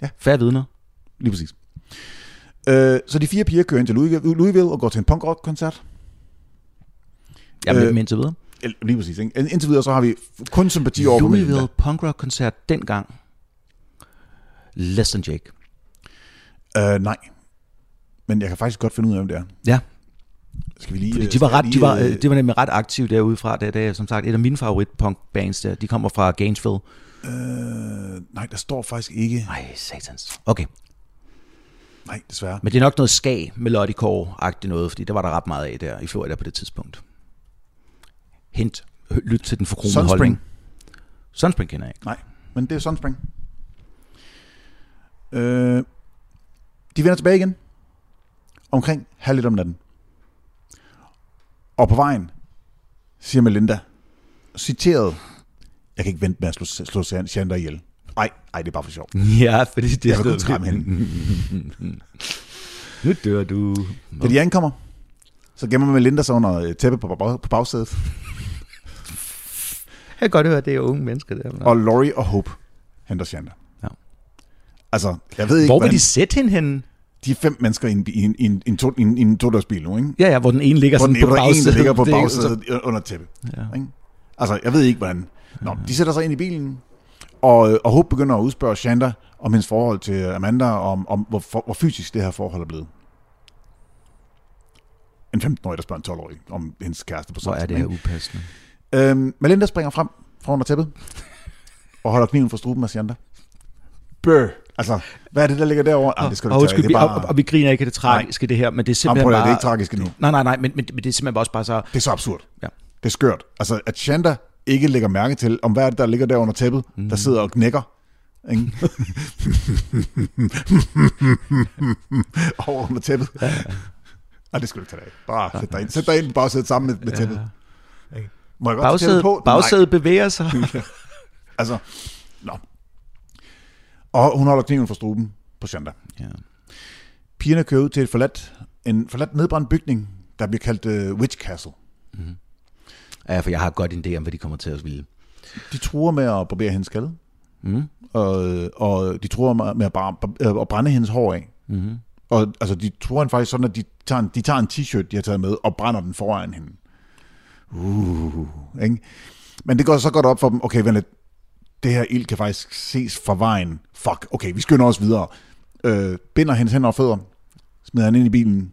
Speaker 2: Ja.
Speaker 3: Færre vidner.
Speaker 2: Lige præcis. Øh, så de fire piger kører ind til Louisville Louisville og går til en punkrock-koncert.
Speaker 3: Jamen,
Speaker 2: Øh,
Speaker 3: øh, indtil videre.
Speaker 2: Eller, Lige præcis. Ikke? Indtil videre så har vi kun sympati over for Melinda.
Speaker 3: Louisville Punk Rock koncert dengang. Less than Jake.
Speaker 2: Øh, nej. Men jeg kan faktisk godt finde ud af, hvem det er.
Speaker 3: Ja,
Speaker 2: Skal vi lige...
Speaker 3: fordi de
Speaker 2: skal
Speaker 3: var,
Speaker 2: jeg
Speaker 3: ret, de
Speaker 2: lige,
Speaker 3: var,
Speaker 2: øh,
Speaker 3: øh, de var nemlig ret aktive derudefra. Det, det er som sagt et af mine favorit punk bands der. De kommer fra Gainesville.
Speaker 2: øh,
Speaker 3: øh,
Speaker 2: Nej, der står faktisk ikke.
Speaker 3: Nej, satans. Okay,
Speaker 2: Nej, desværre.
Speaker 3: men det er nok noget skag, melodicore-agtigt noget, fordi der var der ret meget af der i Florida på det tidspunkt. Hint. Lyt til den forkromede
Speaker 2: Sunspring.
Speaker 3: holdning. Sunspring kender jeg ikke.
Speaker 2: Nej, men det er Sunspring. Øh, de vender tilbage igen. Omkring halv lidt om natten. Og på vejen siger Melinda, citeret, jeg kan ikke vente med at slå, slå Sander ihjel. Ej, ej, det er bare for sjov.
Speaker 3: Ja, fordi det
Speaker 2: Jeg vil kun skræmme hende.
Speaker 3: Nu dør du.
Speaker 2: Da de ankommer, så gemmer Melinda sig under øh, tæppe på, bag- på bagsædet.
Speaker 3: Jeg kan godt høre, at det er unge mennesker der.
Speaker 2: Og Laurie og Hope henter Shanda.
Speaker 3: Ja.
Speaker 2: Altså, jeg ved ikke,
Speaker 3: Hvor vil
Speaker 2: hvordan-
Speaker 3: de sætte hende henne?
Speaker 2: de er fem mennesker i en, i en, i en, i en, to, i en, i en to-dørsbil nu, ikke?
Speaker 3: Ja, ja, hvor den ene ligger
Speaker 2: Hvor den
Speaker 3: sådan på
Speaker 2: ældre en, der
Speaker 3: bagsædet.
Speaker 2: ligger på
Speaker 3: Det er altså- jo så-
Speaker 2: bagsædet så... under tæppe.
Speaker 3: Ja.
Speaker 2: Ikke? Altså, jeg ved ikke, hvordan.
Speaker 3: Mm.
Speaker 2: Nå, de sætter sig ind i bilen, og, og Hope begynder at udspørge Shanda om hendes forhold til Amanda, og om, om hvor, for, hvor fysisk det her forhold er blevet. En 15-årig, der spørger en 12-årig om hendes kæreste på
Speaker 3: Hvor er det her upassende.
Speaker 2: her? Øhm, Melinda springer frem fra under tæppet, og holder kniven for struben af Shanda. Bør! Altså, hvad er det, der ligger derovre? Jamen, det skal du
Speaker 3: og,
Speaker 2: ikke tage.
Speaker 3: undskyld,
Speaker 2: Det er
Speaker 3: vi-
Speaker 2: bare...
Speaker 3: og, og, vi griner ikke af det tragiske, det her, men det er
Speaker 2: Jamen,
Speaker 3: simpelthen
Speaker 2: prøv at, høre,
Speaker 3: bare...
Speaker 2: det er ikke tragisk endnu.
Speaker 3: Nej, nej, nej, men, men, men det er simpelthen også bare så...
Speaker 2: Det er så absurd.
Speaker 3: Ja.
Speaker 2: Det er skørt. Altså, at Shanda ikke lægger mærke til, om hvad er det, der ligger der under tæppet, mm. der sidder og knækker. Ikke? Over under tæppet. Ja, ja. Ej, det skal du ikke tage dig af. Bare sæt dig ind. Sæt dig ind, bare sidde sammen med, med tæppet. Ikke? Må jeg godt tage tæppet
Speaker 3: Bagsædet,
Speaker 2: på?
Speaker 3: bagsædet bevæger sig.
Speaker 2: Nej. Altså, nå. Og hun holder kniven for struben på Shanda.
Speaker 3: ja.
Speaker 2: Pigerne kører ud til et forladt, en forladt nedbrændt bygning, der bliver kaldt uh, Witch Castle.
Speaker 3: ja, for jeg har godt en idé om, hvad de kommer til at ville.
Speaker 2: De truer med at barbere hendes skalle.
Speaker 3: Mm.
Speaker 2: og, og de tror med med at, bare, øh, at brænde hendes hår af.
Speaker 3: Mm-hmm.
Speaker 2: Og altså, de tror hende faktisk sådan, at de tager, en, de tager en t-shirt, de har taget med, og brænder den foran hende. Uh, ikke? Men det går så godt op for dem, okay, vent lidt, det her ild kan faktisk ses fra vejen. Fuck, okay, vi skynder os videre. Øh, binder hendes hænder og fødder, smider han ind i bilen,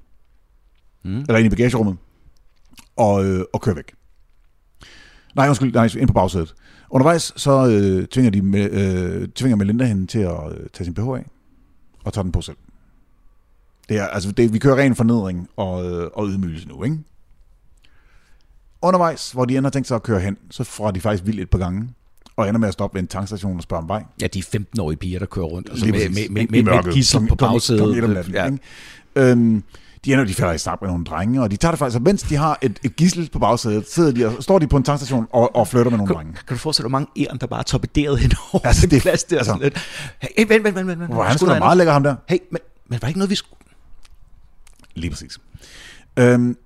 Speaker 2: mm. eller ind i bagagerummet, og, øh, og kører væk. Nej, undskyld, nej, ind på bagsædet. Undervejs så øh, tvinger, de, med- øh, tvinger Melinda hende til at øh, tage sin BH af, og tager den på selv. Det er, altså, det, vi kører ren fornedring og, øh, og ydmygelse nu, ikke? Undervejs, hvor de ender tænkt sig at køre hen, så får de faktisk vildt et par gange, og ender med at stoppe ved en tankstation og spørge om vej.
Speaker 3: Ja, de 15-årige piger, der kører rundt altså
Speaker 2: Lige
Speaker 3: med,
Speaker 2: præcis.
Speaker 3: med,
Speaker 2: I
Speaker 3: med, med, med
Speaker 2: mørket.
Speaker 3: gissel på
Speaker 2: Klokken- klokken- klokken et om
Speaker 3: bagsædet.
Speaker 2: natten,
Speaker 3: Ja.
Speaker 2: ikke? Øhm, de ender, de falder i snak med nogle drenge, og de tager det faktisk, og mens de har et, et gissel på bagsædet, sidder de og, står de på en tankstation og, og flytter med nogle drenge.
Speaker 3: Kan du forestille dig, hvor mange æren, der bare er torpederet hen over
Speaker 2: Altså,
Speaker 3: altså,
Speaker 2: det er-
Speaker 3: det plads der? Altså, sådan lidt. Hey, vent, vent, vent, vent. vent.
Speaker 2: Hvor han
Speaker 3: Skulle
Speaker 2: skulle
Speaker 3: der
Speaker 2: meget lækker ham der.
Speaker 3: andet? Hey, men, men var det ikke noget, vi skulle...
Speaker 2: Lige præcis. Øhm,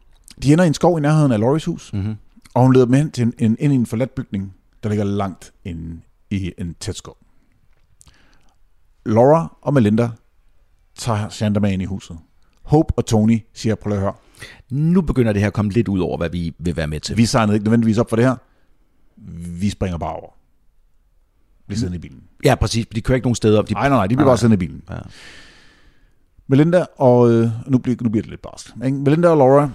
Speaker 2: de ender i en skov i nærheden af Loris hus, mm-hmm. og hun leder dem hen til en, en, ind i en forladt bygning, der ligger langt inde i en tæt skov. Laura og Melinda tager Chandra med ind i huset. Hope og Tony siger, prøv lige at høre,
Speaker 3: Nu begynder det her at komme lidt ud over, hvad vi vil være med til.
Speaker 2: vi signede ikke nødvendigvis op for det her. Vi springer bare over. Bliv siddende i bilen.
Speaker 3: Ja, præcis. De kører ikke nogen steder op. De,
Speaker 2: Nej, nej, nej, de bliver
Speaker 3: Nej,
Speaker 2: bare siddende i bilen. Ja.
Speaker 3: Ja.
Speaker 2: Melinda og... Øh, nu, bliver, nu bliver det lidt barsk. Ikke? Melinda og Laura,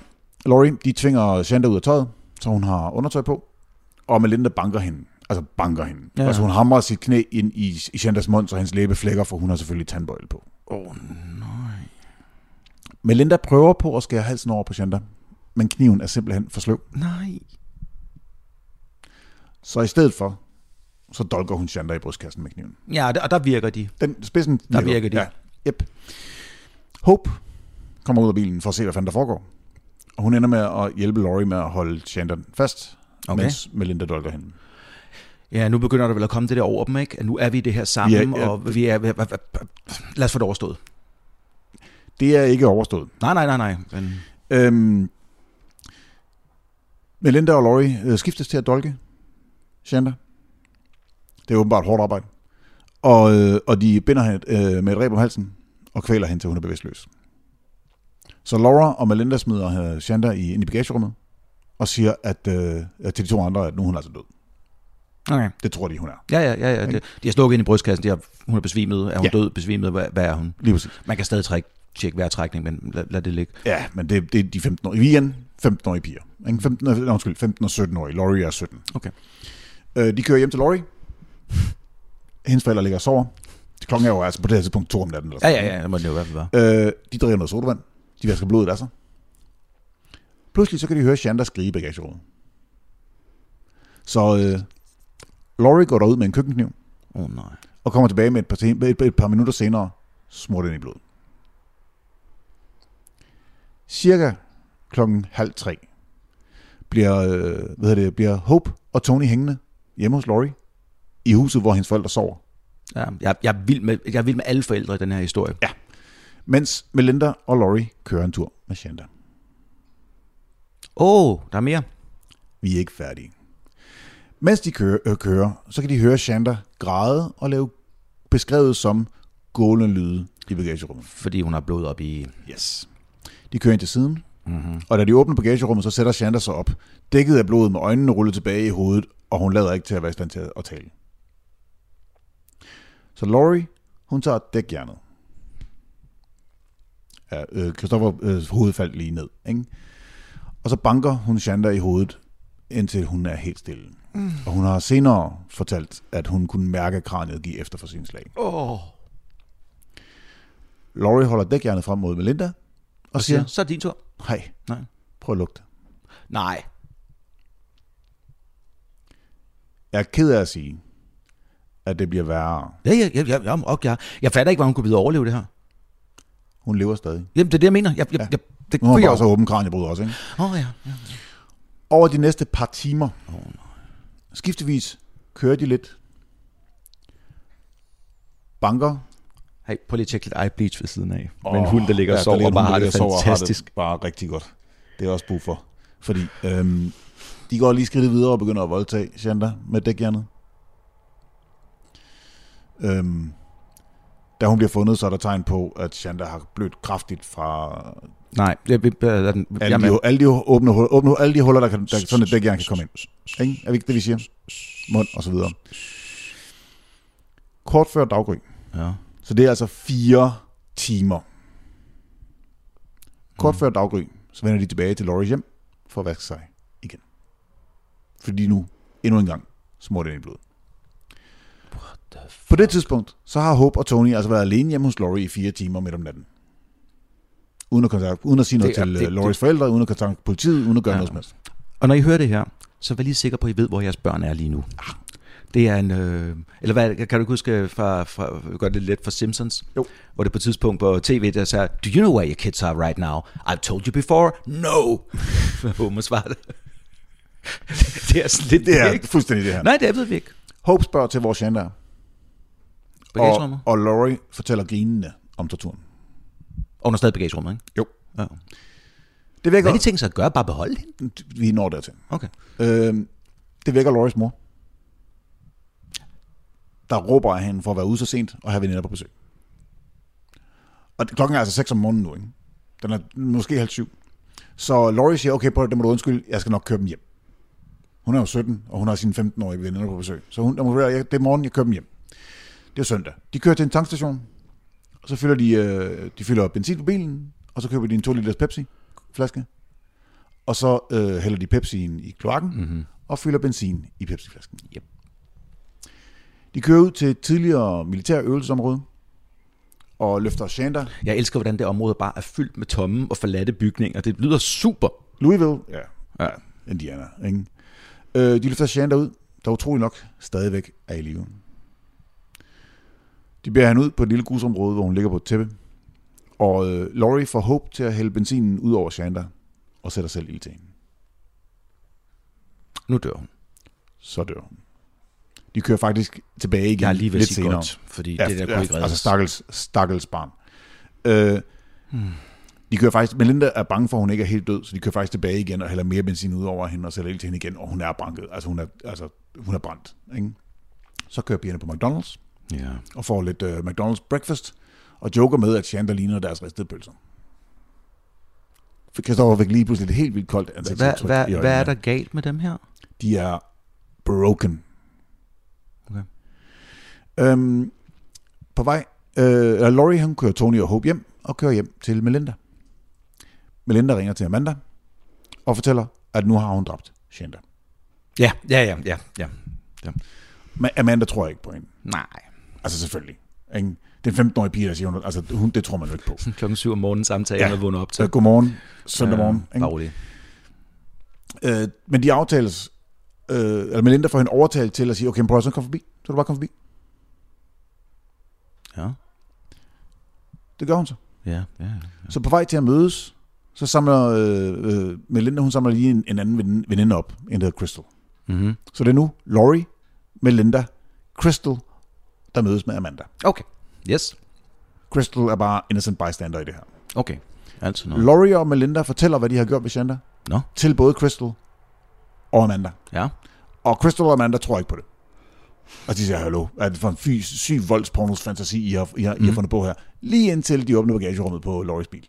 Speaker 2: Laurie, de tvinger Shanda ud af tøjet, så hun har undertøj på. Og Melinda banker hende. Altså banker hende. Ja.
Speaker 3: Ja.
Speaker 2: Altså hun hamrer sit knæ ind i, i Shandas mund, så hendes læbe flækker, for hun har selvfølgelig tandbøjle på.
Speaker 3: Åh, oh, nej.
Speaker 2: Melinda prøver på at skære halsen over på Shanda, men kniven er simpelthen for sløv.
Speaker 3: Nej.
Speaker 2: Så i stedet for, så dolker hun Shanda i brystkassen med kniven.
Speaker 3: Ja, og der- og der virker de.
Speaker 2: Den spidsen
Speaker 3: Der virker de.
Speaker 2: Ja, yep. Hope kommer ud af bilen for at se, hvad fanden der foregår. Og hun ender med at hjælpe Laurie med at holde Chandon fast, okay.
Speaker 3: Okay.
Speaker 2: mens Melinda dolker hende.
Speaker 3: Ja, nu begynder der vel at komme det der over dem, ikke? At nu er vi i det her sammen,
Speaker 2: Ja, ja.
Speaker 3: og vi er... Lad os få det overstået.
Speaker 2: Det er ikke overstået.
Speaker 3: Nej, nej, nej, nej. Men,
Speaker 2: Øhm, Melinda og Laurie øh, skiftes til at dolke Shanda. Det er åbenbart hårdt arbejde. Og, øh, og de binder hende øh, med et reb om halsen og kvæler hende, til hun er bevidstløs. Så Laura og Melinda smider øh, Shanda i, ind i bagagerummet og siger at, øh, til de to andre, at nu er hun altså død.
Speaker 3: okay.
Speaker 2: Det tror de, hun er.
Speaker 3: Ja, ja, ja. ja. Det, de har stukket ind i brystkassen. De har, hun er besvimet. Er hun
Speaker 2: Ja.
Speaker 3: ja. død? Besvimet? Hvad, hvad er hun?
Speaker 2: Lige præcis.
Speaker 3: Man kan stadig trække, tjekke vejrtrækning, men lad, lad det ligge.
Speaker 2: Ja, men det, det er de 15 år. Vi er igen 15-årige piger. Ikke? 15, øh, undskyld, 15 og 17-årige. Laurie er 17.
Speaker 3: Okay.
Speaker 2: Øh, de kører hjem til Laurie. Hendes forældre ligger og sover. Klokken er jo altså på det her tidspunkt to om natten. Eller
Speaker 3: Ja,
Speaker 2: sådan
Speaker 3: ja, ja. Det må det jo i hvert fald være.
Speaker 2: noget. Øh, de drikker noget sodavand. De vasker blodet af sig. Pludselig så kan de høre Shanda skrige i bagagerummet. Så øh, Laurie går derud med en køkkenkniv
Speaker 3: Åh, oh, nej.
Speaker 2: og kommer tilbage med et par, sen- med et, et par minutter senere, smurt ind i blod. Cirka klokken halv tre bliver, øh, hvad hedder det, bliver Hope og Tony hængende hjemme hos Laurie i huset, hvor hendes forældre sover,
Speaker 3: Ja, jeg, jeg, er vild med, jeg er vild med alle forældre i den her historie. Ja.
Speaker 2: mens Melinda og Laurie kører en tur med Shanda.
Speaker 3: Åh, oh, der er mere.
Speaker 2: Vi er ikke færdige. Mens de kører, øh, kører så kan de høre Shanda græde og lave beskrevet som gålen lyde i bagagerummet.
Speaker 3: Fordi hun har blod op i...
Speaker 2: Yes. De kører ind til siden, mm-hmm. og da de åbner bagagerummet, så sætter Shanda sig op, dækket af blodet med øjnene rullet tilbage i hovedet, og hun lader ikke til at være i stand til at tale. Så Laurie, hun tager dækjernet. Ja, øh, Christoffer øh, hovedet faldt lige ned, ikke? Og så banker hun Shanda i hovedet, indtil hun er helt stille. Mm. Og hun har senere fortalt, at hun kunne mærke at kraniet give efter for sin slag.
Speaker 3: Åh. Oh.
Speaker 2: Laurie holder dækjernet frem mod Melinda, og siger,
Speaker 3: Ja, så er det din tur.
Speaker 2: hej,
Speaker 3: Nej.
Speaker 2: prøv at lugte.
Speaker 3: Nej.
Speaker 2: Jeg er ked af at sige, at det bliver værre.
Speaker 3: Ja, ja, ja, ja, ja okay, ja. Jeg fatter ikke, hvordan hun kunne blive overleve det her.
Speaker 2: Hun lever stadig.
Speaker 3: Jamen, det er det, jeg mener. Jeg, jeg,
Speaker 2: Ja.
Speaker 3: ja. jeg, det
Speaker 2: Nu har hun
Speaker 3: kunne jeg
Speaker 2: bare så åben kraniebrud også, ikke?
Speaker 3: Åh, oh, ja. ja.
Speaker 2: Over de næste par timer, skiftevis kører de lidt, banker,
Speaker 3: Hey, prøv lige at tjekke lidt eye bleach ved siden af.
Speaker 2: Åh,
Speaker 3: Med en hund, der ligger og
Speaker 2: der
Speaker 3: sover,
Speaker 2: ligger en
Speaker 3: bare
Speaker 2: hund,
Speaker 3: har
Speaker 2: der
Speaker 3: det
Speaker 2: sover og har
Speaker 3: fantastisk.
Speaker 2: det bare rigtig godt. Det er også brug for. Fordi øhm, de går lige skridtet videre og begynder at voldtage Shanda med dækjernet. Øhm, da hun bliver fundet, så er der tegn på, at Shanda har blødt kraftigt fra
Speaker 3: Nej, jeg, jeg, jeg, jeg, jeg,
Speaker 2: Alle, de, alle, de åbne, huller- åbne, alle de huller, der kan, der, sådan et dækjern kan komme ind. Ikke? Er vi ikke det, vi siger? Mund og så videre. Kort før daggry.
Speaker 3: ja.
Speaker 2: Så det er altså fire timer. Kort før daggry, så vender de tilbage til Loris hjem for at vaske sig igen. Fordi nu, endnu en gang, smurt ind i blod. På det tidspunkt, så har Hope og Tony altså været alene hjemme hos Laurie i fire timer midt om natten. Uden at, kontakte, uden at sige noget
Speaker 3: Det er-
Speaker 2: til
Speaker 3: det-
Speaker 2: det, Lauries forældre, uden at kontakte politiet, uden at gøre
Speaker 3: Ja.
Speaker 2: noget som helst.
Speaker 3: Og når I hører det her, så vær lige sikker på, at I ved, hvor jeres børn er lige nu. Det er en... Øh, eller hvad, er det- kan du ikke huske øh, fra, fra gør det lidt fra Simpsons?
Speaker 2: Jo.
Speaker 3: Hvor det på et tidspunkt på tv, der sagde, Do you know where your kids are right now? I've told you before. No! Hvad Homer svarede. det er sådan lidt...
Speaker 2: Det er
Speaker 3: ikke?
Speaker 2: fuldstændig det her.
Speaker 3: Nej, det ved vi ikke.
Speaker 2: Hope spørger til, hvor Shanda er,
Speaker 3: Bagagerummet.
Speaker 2: og, og Laurie fortæller grinende om torturen.
Speaker 3: Og hun er stadig i bagagerummet, ikke?
Speaker 2: Jo.
Speaker 3: Ja.
Speaker 2: Det
Speaker 3: Hvad
Speaker 2: vækker,
Speaker 3: har de tænkt sig at gøre? Bare beholde hende?
Speaker 2: vi når dertil.
Speaker 3: Okay.
Speaker 2: Øh, det vækker Lauries mor. Der råber af hende for at være ude så sent og have veninder på besøg. Og det- klokken er altså 6 om morgenen nu, ikke? Den er måske halv syv. Så Laurie siger, okay, prøv at- det må du undskylde, jeg skal nok køre dem hjem. Hun er jo 17, og hun har sine 15-årige veninder på besøg. Så hun, der må være, jeg- det er morgen, jeg kører dem hjem. Det er søndag. De kører til en tankstation, og så fylder de, øh, de fylder benzin på bilen, og så køber de en 2 liters Pepsi-flaske, og så øh, hælder de Pepsi'en i kloakken, mm-hmm. og fylder benzin i Pepsi-flasken.
Speaker 3: Mhm. Yep.
Speaker 2: De kører ud til et tidligere militær øvelsesområde, og løfter Shander.
Speaker 3: Jeg elsker, hvordan det område bare er fyldt med tomme og forladte bygninger. Det lyder super.
Speaker 2: Louisville, ja,
Speaker 3: Ja.
Speaker 2: Indiana, ikke? Øh, de løfter Shander ud, der utrolig nok stadigvæk er i live. De bærer hende ud på et lille grusområde, hvor hun ligger på et tæppe. Og øh, Laurie får Hope til at hælde benzinen ud over Shander og sætter selv ild til hende.
Speaker 3: Nu dør hun.
Speaker 2: Så dør hun. De kører faktisk tilbage igen
Speaker 3: Jeg er lige ved at
Speaker 2: lidt
Speaker 3: sige
Speaker 2: senere.
Speaker 3: godt, fordi det der kunne ikke reddes.
Speaker 2: Altså stakkels, stakkels barn. Øh,
Speaker 3: Hmm.
Speaker 2: De kører faktisk, Melinda er bange for, at hun ikke er helt død, så de kører faktisk tilbage igen og hælder mere benzin ud over hende og sætter ild til hende igen, og hun er banket. Altså hun er, altså, hun er brændt. Ikke? Så kører pigerne på McDonald's
Speaker 3: Ja.
Speaker 2: og får lidt øh, McDonald's breakfast, og joker med, at Chandler ligner deres ristede pølser. For Christoffer fik lige pludselig et helt vildt koldt
Speaker 3: Altså, Hvad,
Speaker 2: ansigtsudtryk i
Speaker 3: hvad,
Speaker 2: øjnene.
Speaker 3: hvad er der galt med dem her?
Speaker 2: De er broken.
Speaker 3: Okay.
Speaker 2: Øhm, på vej, øh, eller Laurie, han kører Tony og Hope hjem, og kører hjem til Melinda. Melinda ringer til Amanda, og fortæller, at nu har hun dræbt Shanda.
Speaker 3: Ja, ja, ja, ja, ja.
Speaker 2: Men Amanda tror ikke på hende.
Speaker 3: Nej.
Speaker 2: Altså selvfølgelig. Ikke? Den 15-årige pige, der siger, hun, altså, hun, det tror man jo ikke på.
Speaker 3: Klokken syv om morgenen samtale,
Speaker 2: Ja.
Speaker 3: ja. vågner op til.
Speaker 2: Så godmorgen, søndag morgen.
Speaker 3: Øh, bare rolig.
Speaker 2: Øh, men de aftales, øh, eller Melinda får hende overtalt til at sige, okay, men prøv at så kom forbi. Så kan du bare komme forbi.
Speaker 3: Ja.
Speaker 2: Det gør hun så.
Speaker 3: Ja, ja, ja.
Speaker 2: Så på vej til at mødes, så samler øh, øh, Melinda, hun samler lige en, en anden veninde, veninde op, en der hedder Crystal.
Speaker 3: Mm-hmm.
Speaker 2: Så det er nu Laurie, Melinda, Crystal, der mødes med Amanda.
Speaker 3: Okay. Yes.
Speaker 2: Crystal er bare innocent bystander i det her.
Speaker 3: Okay. Altid noget.
Speaker 2: Laurie og Melinda fortæller, hvad de har gjort ved Shanda.
Speaker 3: Nå.
Speaker 2: Til både Crystal og Amanda.
Speaker 3: Ja.
Speaker 2: Og Crystal og Amanda tror ikke på det. Og de siger, hallo, er det for en fy, syg voldspornos fantasi, I har, I, har, mm. I har fundet på her? Lige indtil de åbner bagagerummet på Lauries bil.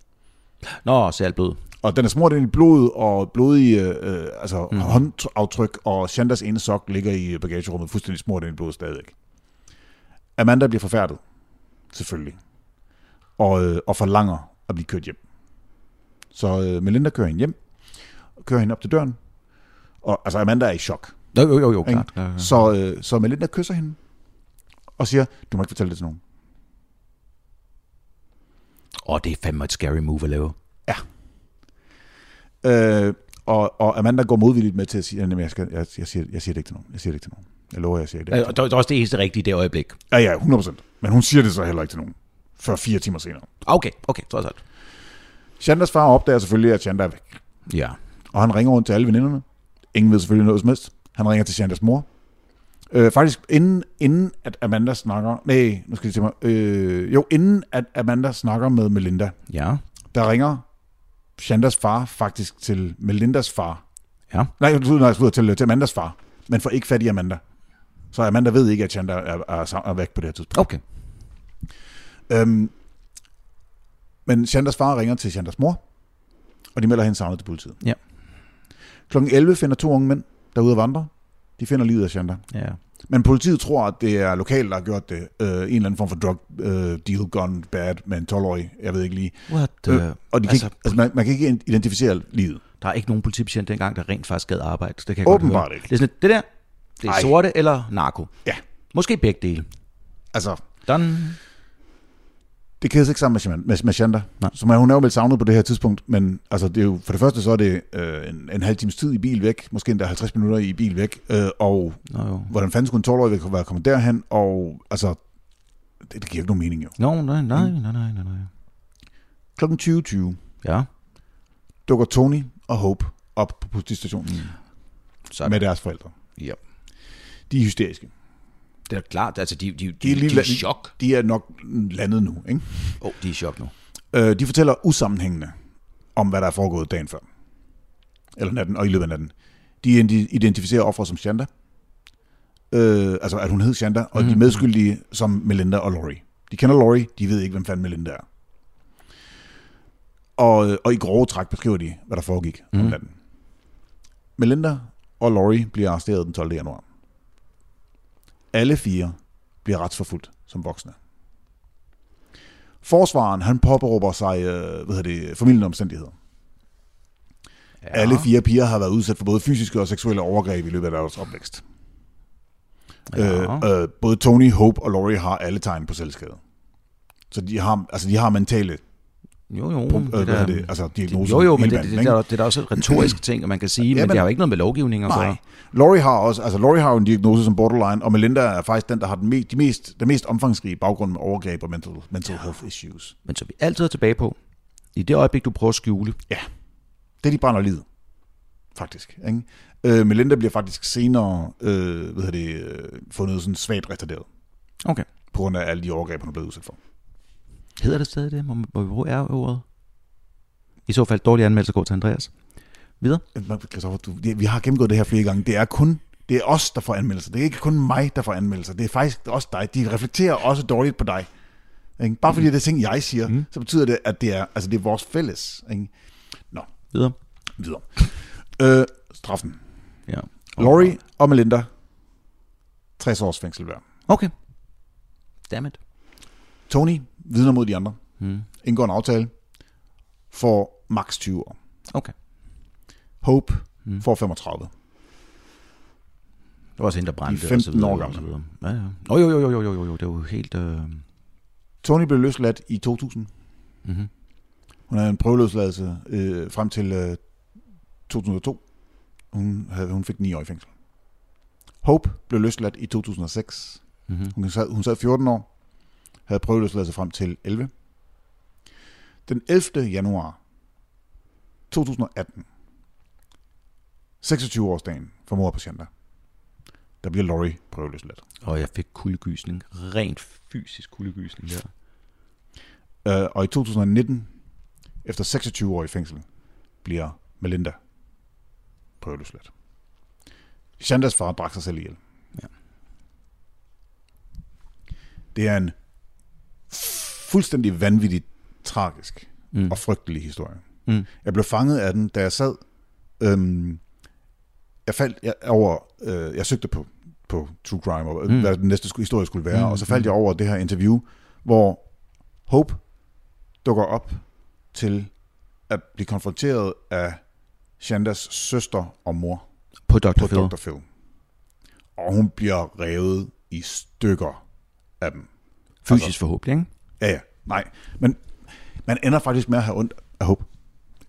Speaker 3: Nå, så alt blød.
Speaker 2: Og den er smurt ind i blod og blodige øh, altså mm. håndaftryk, og Shandas ene sok ligger i bagagerummet fuldstændig smurt ind i blod stadigvæk. Amanda bliver forfærdet, selvfølgelig, og, øh, og forlanger at blive kørt hjem. Så øh, Melinda kører hende hjem, og kører hende op til døren, og altså Amanda er i chok.
Speaker 3: Nå, jo, jo, jo,
Speaker 2: ikke?
Speaker 3: klart. Ja, ja.
Speaker 2: Så, øh, så Melinda kysser hende, og siger, du må ikke fortælle det til nogen.
Speaker 3: Åh, det er fandme et scary move at lave.
Speaker 2: Øh, og, og Amanda går modvilligt med til at sige, at jeg, skal, jeg, jeg, siger, jeg siger det ikke til nogen. Jeg siger det ikke til nogen. Jeg lover, jeg siger det ikke
Speaker 3: Ja,
Speaker 2: til
Speaker 3: og det er også det eneste rigtige i det øjeblik.
Speaker 2: Ja, ja, 100%. Men hun siger det så heller ikke til nogen. Før fire timer senere.
Speaker 3: Okay, okay, trods alt.
Speaker 2: Chandas far opdager selvfølgelig, at Chanda er væk.
Speaker 3: Ja.
Speaker 2: Og han ringer rundt til alle veninderne. Ingen ved selvfølgelig noget som helst. Han ringer til Chandas mor. Øh, faktisk, inden, inden at Amanda snakker... Nej, nu skal jeg til mig. Øh, jo, inden at Amanda snakker med Melinda,
Speaker 3: Ja.
Speaker 2: der ringer Chandas far faktisk til Melindas far.
Speaker 3: Ja.
Speaker 2: Nej, du nej, slutter til, til Amandas far. Men får ikke fat i Amanda. Så Amanda ved ikke, at Chanda er, er, sam- er væk på det her tidspunkt.
Speaker 3: Okay.
Speaker 2: Øhm, men Chanders far ringer til Chanders mor Og de melder hende savnet til politiet.
Speaker 3: Ja.
Speaker 2: Klokken 11 finder to unge mænd, der er ude at vandre. De finder livet af Shanda.
Speaker 3: Ja.
Speaker 2: Men politiet tror, at det er lokalt, der har gjort det. Øh, en eller anden form for drug øh, deal gone bad med en 12-årig. Jeg ved ikke lige.
Speaker 3: What the...
Speaker 2: Øh, og de kan altså,
Speaker 3: altså,
Speaker 2: ikke, altså man, man kan ikke identificere livet.
Speaker 3: Der er ikke nogen politibetjent dengang, der rent faktisk gad arbejde. Det kan jeg
Speaker 2: Åbenbart
Speaker 3: godt høre.
Speaker 2: ikke.
Speaker 3: Det er sådan, lidt, det der, det er
Speaker 2: Ej.
Speaker 3: Ej. sorte eller narko.
Speaker 2: Ja.
Speaker 3: Måske begge dele.
Speaker 2: Altså,
Speaker 3: Done.
Speaker 2: det kædes ikke sammen med, Shaman- med, med Shanda,
Speaker 3: Nej.
Speaker 2: som er, hun er jo vel savnet på det her tidspunkt, men altså, det er jo, for det første så er det øh, en, en halv times tid i bil væk, måske endda 50 minutter i bil væk, øh, og
Speaker 3: Nå jo.
Speaker 2: hvordan fanden skulle en 12-årig kunne være kommet derhen, og altså, det, det giver ikke nogen mening jo.
Speaker 3: Nå, nej, nej,
Speaker 2: Mm.
Speaker 3: nej, nej, nej, nej.
Speaker 2: Klokken 20.20
Speaker 3: Ja,
Speaker 2: dukker Tony og Hope op på politistationen
Speaker 3: Sådan.
Speaker 2: med deres forældre.
Speaker 3: Ja.
Speaker 2: De er hysteriske.
Speaker 3: det er klart. Altså, de, de, de,
Speaker 2: De er lige
Speaker 3: de er i
Speaker 2: la-
Speaker 3: chok.
Speaker 2: De er nok landet nu, ikke?
Speaker 3: Åh, oh, de er i chok nu.
Speaker 2: Øh, de fortæller usammenhængende om, hvad der er foregået dagen før. Eller natten, og i løbet af natten. De identi- identificerer offeret som Shanda. Øh, altså, at hun hed Shanda, og mm. de er medskyldige som Melinda og Laurie. De kender Laurie, de ved ikke, hvem fanden Melinda er. Og, øh, og i grove træk beskriver de, hvad der foregik mm. om natten. Melinda og Laurie bliver arresteret den 12. januar. Alle fire bliver retsforfulgt som voksne. Forsvaren, han påberåber sig, øh, hvad hedder det, familien omstændigheder. Ja. Alle fire piger har været udsat for både fysiske og seksuelle overgreb i løbet af deres opvækst.
Speaker 3: Ja.
Speaker 2: Øh, øh, både Tony, Hope og Laurie har alle tegn på selvskade. Så de har, altså de har mentale,
Speaker 3: Jo, jo.
Speaker 2: øh, hvad
Speaker 3: Mm, det
Speaker 2: hedder
Speaker 3: der,
Speaker 2: det, altså
Speaker 3: det,
Speaker 2: diagnoser.
Speaker 3: jo, jo, men
Speaker 2: hele
Speaker 3: det, det,
Speaker 2: banden,
Speaker 3: det,
Speaker 2: ikke?
Speaker 3: der, det er da også et retorisk ting, at man kan sige, ja, men,
Speaker 2: men-
Speaker 3: det har jo ikke noget med lovgivning at
Speaker 2: Nej.
Speaker 3: gøre.
Speaker 2: Laurie har også, altså Laurie har jo en diagnose som borderline, og Melinda er faktisk den, der har den mest, de mest, den mest omfangsrige baggrund med overgreb og mental, mental health issues.
Speaker 3: Men så vi altid er tilbage på, i det øjeblik, du prøver at skjule,
Speaker 2: Det, de brænder livet. Faktisk. Ikke? Øh, Melinda bliver faktisk senere øh, hvad hedder det, øh, fundet sådan svagt retarderet.
Speaker 3: Okay.
Speaker 2: På grund af alle de overgreb, hun er blevet udsat for.
Speaker 3: Hedder det stadig det? Må, må vi bruge R-ordet? I så fald dårlig anmeldelse går til Andreas. Videre.
Speaker 2: Øh, Christoffer, du, det, vi har gennemgået det her flere gange. Det er kun det er os, der får anmeldelser. Det er ikke kun mig, der får anmeldelser. Det er faktisk også dig. De reflekterer også dårligt på dig. Ikke? Bare fordi det er ting, jeg siger, mm. så betyder det, at det er, altså det er vores fælles. Ikke? Nå,
Speaker 3: Videre.
Speaker 2: videre. Øh, straffen.
Speaker 3: Ja.
Speaker 2: Laurie og Melinda. 60 års fængsel hver.
Speaker 3: Okay. Dammit.
Speaker 2: Tony vidner mod de andre.
Speaker 3: Mm.
Speaker 2: indgår en aftale, får maks 20 år.
Speaker 3: Okay.
Speaker 2: Hope mm. får 35.
Speaker 3: Der var også en, der brændte.
Speaker 2: De er 15
Speaker 3: og så videre,
Speaker 2: år
Speaker 3: og så
Speaker 2: gamle.
Speaker 3: videre. Ja, ja. Nå, jo, jo, jo, jo, jo, jo, jo. Det er jo helt... Øh...
Speaker 2: Tony blev løsladt i 2000.
Speaker 3: Mhm.
Speaker 2: Hun havde en prøveløsladelse øh, frem til øh, 2002. Hun, havde, hun fik 9 år i fængsel. Hope blev løsladt i 2006.
Speaker 3: Mm-hmm.
Speaker 2: Hun sad, hun sad 14 år, havde prøveløsladelse frem til 11. Den 11. januar 2018, 26-årsdagen for mor på Shanda, der bliver Laurie prøveløsladt.
Speaker 3: Og jeg fik kuldegysning. Rent fysisk kuldegysning der.
Speaker 2: Øh, og i 2019, efter 26 år i fængsel, bliver Melinda prøveløsladt. Shandas far drak sig selv ihjel.
Speaker 3: Ja.
Speaker 2: Det er en fuldstændig vanvittig, tragisk mm.
Speaker 3: Mm.
Speaker 2: og frygtelig historie.
Speaker 3: Mm.
Speaker 2: Jeg blev fanget af den, da jeg sad. Øhm, jeg faldt jeg, over, øh, jeg søgte på, på True Crime, og mm.
Speaker 3: Mm.
Speaker 2: hvad den næste sku- historie skulle være, mm.
Speaker 3: Mm,
Speaker 2: og så faldt jeg over det her interview, hvor Hope dukker op til at blive konfronteret af Shandas søster og mor
Speaker 3: På Dr.
Speaker 2: på
Speaker 3: Phil.
Speaker 2: Dr. Phil. Og hun bliver revet i stykker af dem.
Speaker 3: Fysisk forhåbentlig, ikke?
Speaker 2: Ja, ja. Nej. Men man ender faktisk med at have ondt af Hope.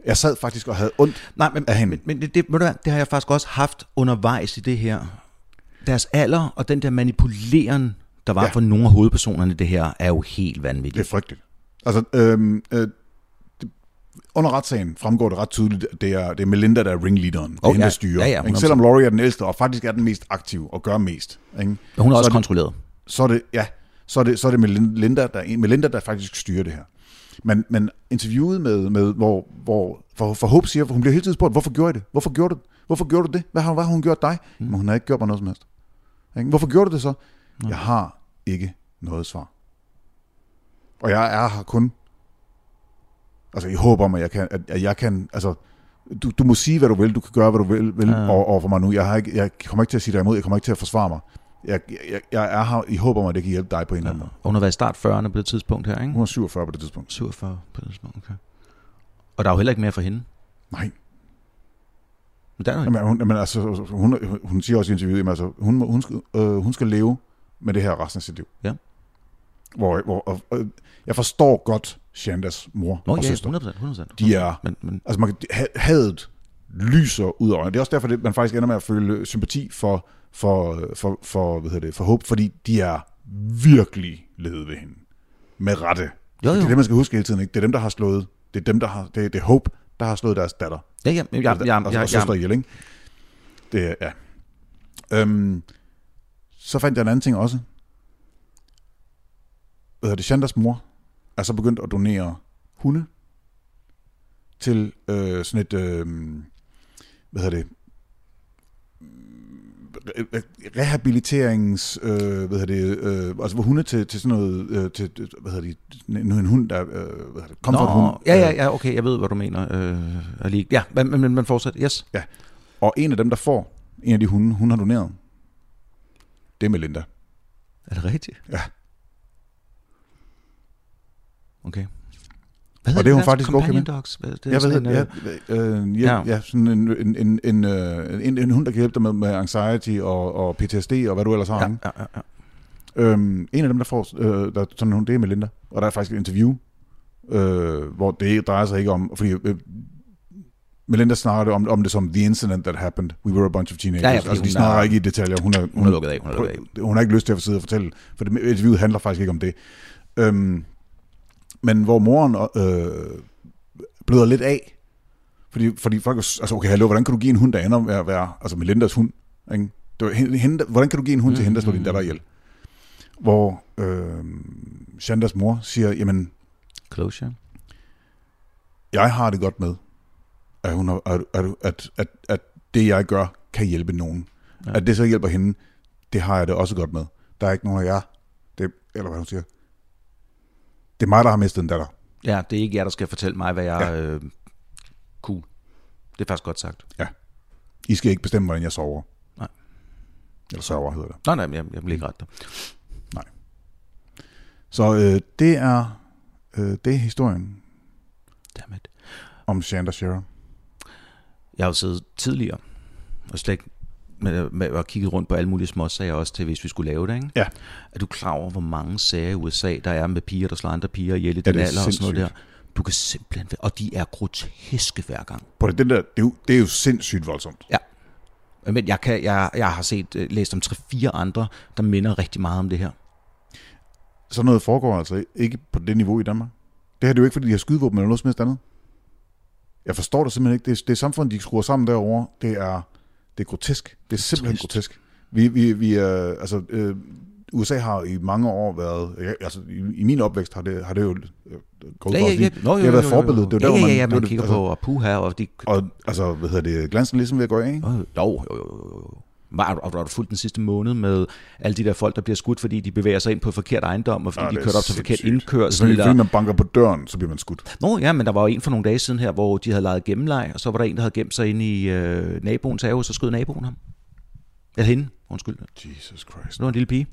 Speaker 2: Jeg sad faktisk og havde ondt.
Speaker 3: Nej, men,
Speaker 2: af hende.
Speaker 3: men, men det, det, ved du hvad, det har jeg faktisk også haft undervejs i det her. Deres alder og den der manipuleren, der var
Speaker 2: Ja.
Speaker 3: ja. for nogle af hovedpersonerne i det her, er jo helt
Speaker 2: Det er
Speaker 3: vanvittigt.
Speaker 2: frygteligt. Altså, øhm, øh, det, under retssagen fremgår det ret tydeligt, at det er, det er Melinda, der er ringleaderen. Det er
Speaker 3: Oh,
Speaker 2: hende,
Speaker 3: ja.
Speaker 2: der styrer.
Speaker 3: Ja, ja,
Speaker 2: ikke?
Speaker 3: 100%.
Speaker 2: Selvom Laurie er den ældste, og faktisk er den mest aktive og gør mest. Ikke?
Speaker 3: Og hun er
Speaker 2: så
Speaker 3: også
Speaker 2: det-
Speaker 3: kontrolleret.
Speaker 2: så er det, ja, så er det, så er det Melinda, der, Melinda, der faktisk styrer det her. Men, men interviewet med, med hvor, hvor for, for Hope siger, hun bliver hele tiden spurgt, hvorfor gjorde I det? Hvorfor gjorde du det? Hvorfor gjorde du det? Hvad har, hvad har hun gjort dig? Mm. Men hun har ikke gjort mig noget som helst. Ikke? Hvorfor gjorde du det så? Nej. Jeg har ikke noget svar. Og jeg er her kun Altså, jeg håber om, at jeg kan, at, at jeg kan altså, du, du må sige, hvad du vil, du kan gøre, hvad du vil, vil ja. over, over for mig nu. Jeg, har ikke, jeg kommer ikke til at sige dig imod, jeg kommer ikke til at forsvare mig. Jeg, jeg, jeg er her i håb om, at det kan hjælpe dig på en eller anden måde.
Speaker 3: Og hun har været i start 40'erne på det tidspunkt her, ikke?
Speaker 2: Hun er 47 på det tidspunkt.
Speaker 3: 47 på det tidspunkt, okay. Og der er jo heller ikke mere for hende.
Speaker 2: Nej.
Speaker 3: Men der er jo ikke.
Speaker 2: Jamen, hun, jamen, altså, hun, hun siger også i interviewet, at altså, hun, må- hun, skal, øh, hun skal leve med det her resten af sit liv.
Speaker 3: Ja.
Speaker 2: Hvor, hvor, og, og, jeg forstår godt Shandas mor
Speaker 3: Nå
Speaker 2: og
Speaker 3: ja,
Speaker 2: søster.
Speaker 3: 100%, 100%.
Speaker 2: De er
Speaker 3: Men, men
Speaker 2: Altså, man kan, ha- hadet lyser ud af øjnene. Det er også derfor, at man faktisk ender med at føle sympati for, for, for, for, hvad hedder det, for Hope, fordi de er virkelig lede ved hende. Med rette.
Speaker 3: Jo, jo.
Speaker 2: Det er det, man skal huske hele tiden. Ikke? Det er dem, der har slået. Det er dem, der har... Det, det er Hope, der har slået deres datter.
Speaker 3: ja, ja, jeg, jeg,
Speaker 2: og,
Speaker 3: jeg,
Speaker 2: og, og
Speaker 3: jeg,
Speaker 2: søster
Speaker 3: jeg,
Speaker 2: ihjel, altså, ikke? Det er... Ja. Øhm, så fandt jeg en anden ting også. Hvad hedder det? Shandas mor er så begyndt at donere hunde til øh, sådan et... Øh, hvad hedder det? re- re- rehabiliterings, øh, hvad hedder det, øh, altså hvor hunde til, til sådan noget, øh, til, til- hvad hedder det, nu en hund, der, øh, hvad hedder det,
Speaker 3: Nå,
Speaker 2: comfort hund. øh,
Speaker 3: ja, ja, ja, okay, jeg ved, hvad du mener. Øh, er lige, ja, men, men, men- men fortsæt, yes.
Speaker 2: Og en af dem, der får en af de hunde, hun har doneret, det er Melinda.
Speaker 3: Er det rigtigt?
Speaker 2: Ja.
Speaker 3: Okay. Hvad hedder
Speaker 2: Og det er hun
Speaker 3: der?
Speaker 2: faktisk okay med.
Speaker 3: Companion Dogs? Hvad- Det er
Speaker 2: Jeg ved
Speaker 3: sådan
Speaker 2: det,
Speaker 3: en,
Speaker 2: ja,
Speaker 3: øh,
Speaker 2: øh, ja,
Speaker 3: Ja.
Speaker 2: ja, sådan en, en, en, en, øh, en, en hund, der kan hjælpe dig med, med anxiety og, og PTSD og hvad du ellers har.
Speaker 3: Ja,
Speaker 2: ikke?
Speaker 3: ja, ja, ja.
Speaker 2: Øhm, en af dem, der får øh, der, sådan hun, det er Melinda. Og der er faktisk et interview, øh, hvor det drejer sig ikke om... Fordi øh, Melinda snakker om, om det som the incident that happened. We were a bunch of teenagers.
Speaker 3: Ja, ja, fordi
Speaker 2: altså,
Speaker 3: hun
Speaker 2: de snakker
Speaker 3: er-
Speaker 2: ikke i detaljer. Hun er,
Speaker 3: Hun er lukket af, hun er lukket af.
Speaker 2: hun har ikke lyst til at sidde og fortælle, for det interviewet handler faktisk ikke om det. Øhm, men hvor moren øh, bløder lidt af, fordi, fordi folk er, s- altså okay, hallo, hvordan kan du give en hund, der ender med at være, altså Melindas hund, ikke? Det var hende, hende, der- hvordan kan du give en hund til hende, der slår din datter ihjel? Hvor øh, Shandas mor siger, jamen,
Speaker 3: Closure.
Speaker 2: jeg har det godt med, at, hun har, at, at, at, at, at det, jeg gør, kan hjælpe nogen. Ja. At det så hjælper hende, det har jeg det også godt med. Der er ikke nogen af jer, det, eller hvad hun siger, det er mig, der har mistet en datter.
Speaker 3: Ja, det er ikke jer, der skal fortælle mig, hvad jeg... Ja. Øh, cool. Det er faktisk godt sagt.
Speaker 2: I skal ikke bestemme, hvordan jeg sover.
Speaker 3: Nej.
Speaker 2: Eller sover, hedder det.
Speaker 3: Nå, nej, men jeg, jeg bliver ikke ret dig.
Speaker 2: Så øh, det er øh, det er historien
Speaker 3: Dammit.
Speaker 2: om Shanda Shearer.
Speaker 3: Jeg har jo siddet tidligere og slet ikke med, med, og kigget rundt på alle mulige småsager også til, hvis vi skulle lave det, ikke?
Speaker 2: Ja.
Speaker 3: Er du klar over, hvor mange sager i USA, der er med piger, der slår andre piger ihjel i
Speaker 2: Ja,
Speaker 3: den
Speaker 2: det er
Speaker 3: alder og sådan noget der?
Speaker 2: sindssygt.
Speaker 3: Du kan simpelthen... Og de er groteske hver gang.
Speaker 2: På det, den der, det, er jo, det er jo sindssygt voldsomt.
Speaker 3: Men jeg, kan, jeg, jeg har set, øh, læst om tre fire andre, der minder rigtig meget om det her.
Speaker 2: Sådan noget foregår altså ikke på det niveau i Danmark. Det her det er jo ikke, fordi de har skydevåben eller noget som helst andet. Jeg forstår det simpelthen ikke. Det er, det er samfundet, de skruer sammen derovre. Det er, det er grotesk. Det er simpelthen
Speaker 3: Trist.
Speaker 2: grotesk. Vi, vi, vi øh, altså, øh, USA har i mange år været... Ja, altså, i, I min opvækst har det, har det jo... Øh, gået for os lige.
Speaker 3: Nå, jo,
Speaker 2: det har
Speaker 3: jo,
Speaker 2: været
Speaker 3: jo, jo.
Speaker 2: forbillede. Det er jo
Speaker 3: ja,
Speaker 2: der, hvor
Speaker 3: ja,
Speaker 2: man-
Speaker 3: ja,
Speaker 2: det er
Speaker 3: man
Speaker 2: det-
Speaker 3: kigger
Speaker 2: altså-
Speaker 3: på og puha, og de...
Speaker 2: Og altså, hvad hedder det? Glansen er ligesom ved at gå af, ikke?
Speaker 3: Åh, Jo, jo, jo, jo, jo. Var, og har du fulgt den sidste måned med alle de der folk, der bliver skudt, fordi de bevæger sig ind på forkert ejendom, og fordi
Speaker 2: Ja,
Speaker 3: de
Speaker 2: Ah, det er
Speaker 3: kørte op til forkert
Speaker 2: sindssygt. Altså,
Speaker 3: indkørsel?
Speaker 2: Fordi, fordi
Speaker 3: Eller...
Speaker 2: man banker på døren, så bliver man skudt.
Speaker 3: Nå ja, men der var jo en for nogle dage siden her, hvor de havde lejet gemmeleje, og så var der en, der havde gemt sig inde i øh, naboens have, og så skød naboen ham. Eller hende, undskyld. Så
Speaker 2: Jesus Christ.
Speaker 3: det var en lille pige.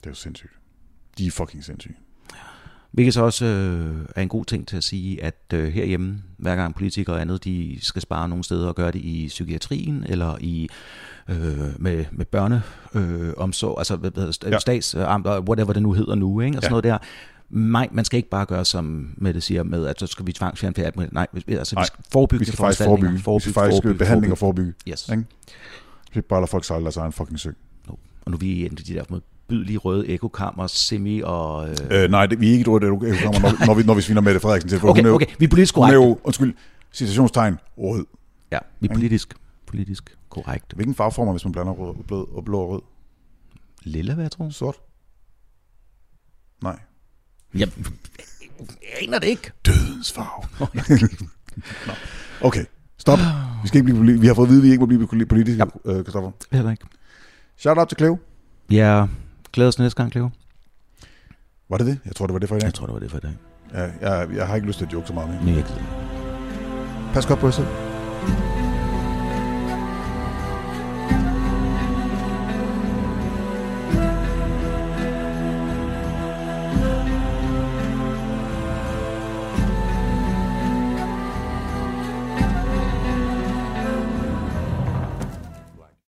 Speaker 2: Det er jo sindssygt. De er fucking sindssyge.
Speaker 3: Hvilket så også øh, er en god ting til at sige, at øh, herhjemme, hver gang politikere og andet, de skal spare nogle steder og gøre det i psykiatrien eller i øh, med, med børneomsorg, øh, omsorg, altså hvad, hvad,
Speaker 2: Ja.
Speaker 3: ja. statsamt, og øh, whatever det nu hedder nu, ikke? og
Speaker 2: Ja.
Speaker 3: sådan ja. noget der. Nej, man skal ikke bare gøre, som Mette siger, med, at så skal vi tvangsfjerne alt muligt. Nej, vi- altså,
Speaker 2: Nej,
Speaker 3: vi skal forebygge
Speaker 2: Vi skal faktisk
Speaker 3: foranstaltninger.
Speaker 2: forebygge. Vi skal faktisk forebygge, behandling og forebygge.
Speaker 3: Yes.
Speaker 2: Ikke? Vi bare lader folk sejle deres egen fucking sø.
Speaker 3: Og nu er vi endelig de der modbydelige røde ekokammer, semi og... Øh,
Speaker 2: Øh, nej, det, vi er ikke et ord, det er okay, kommer, når, når, vi, når vi sviner Mette Frederiksen til. For
Speaker 3: okay,
Speaker 2: hun er jo,
Speaker 3: okay, vi er politisk
Speaker 2: hun er
Speaker 3: korrekte.
Speaker 2: jo, undskyld, citationstegn, rød.
Speaker 3: Ja, vi er politisk, politisk korrekte.
Speaker 2: Hvilken farve får man, hvis man blander rød, og blå, og blå og rød?
Speaker 3: Lilla, hvad jeg tror?
Speaker 2: Sort? Nej.
Speaker 3: Jeg, jeg aner det ikke.
Speaker 2: Dødens farve. Nå. okay, stop. Vi, skal ikke blive, vi har fået at vide, at vi ikke må blive politiske, ja. øh, Christoffer.
Speaker 3: Heller ikke.
Speaker 2: Shout out til Cleo.
Speaker 3: Jeg glæder os til næste gang, Cleo.
Speaker 2: Var det det? Jeg tror, det var det for i dag.
Speaker 3: Jeg tror, det var det for i dag. Jeg, jeg, jeg har ikke lyst til at joke så meget mere.
Speaker 2: Nej, jeg gider ikke.
Speaker 3: Pas godt på jer selv.
Speaker 2: Ja.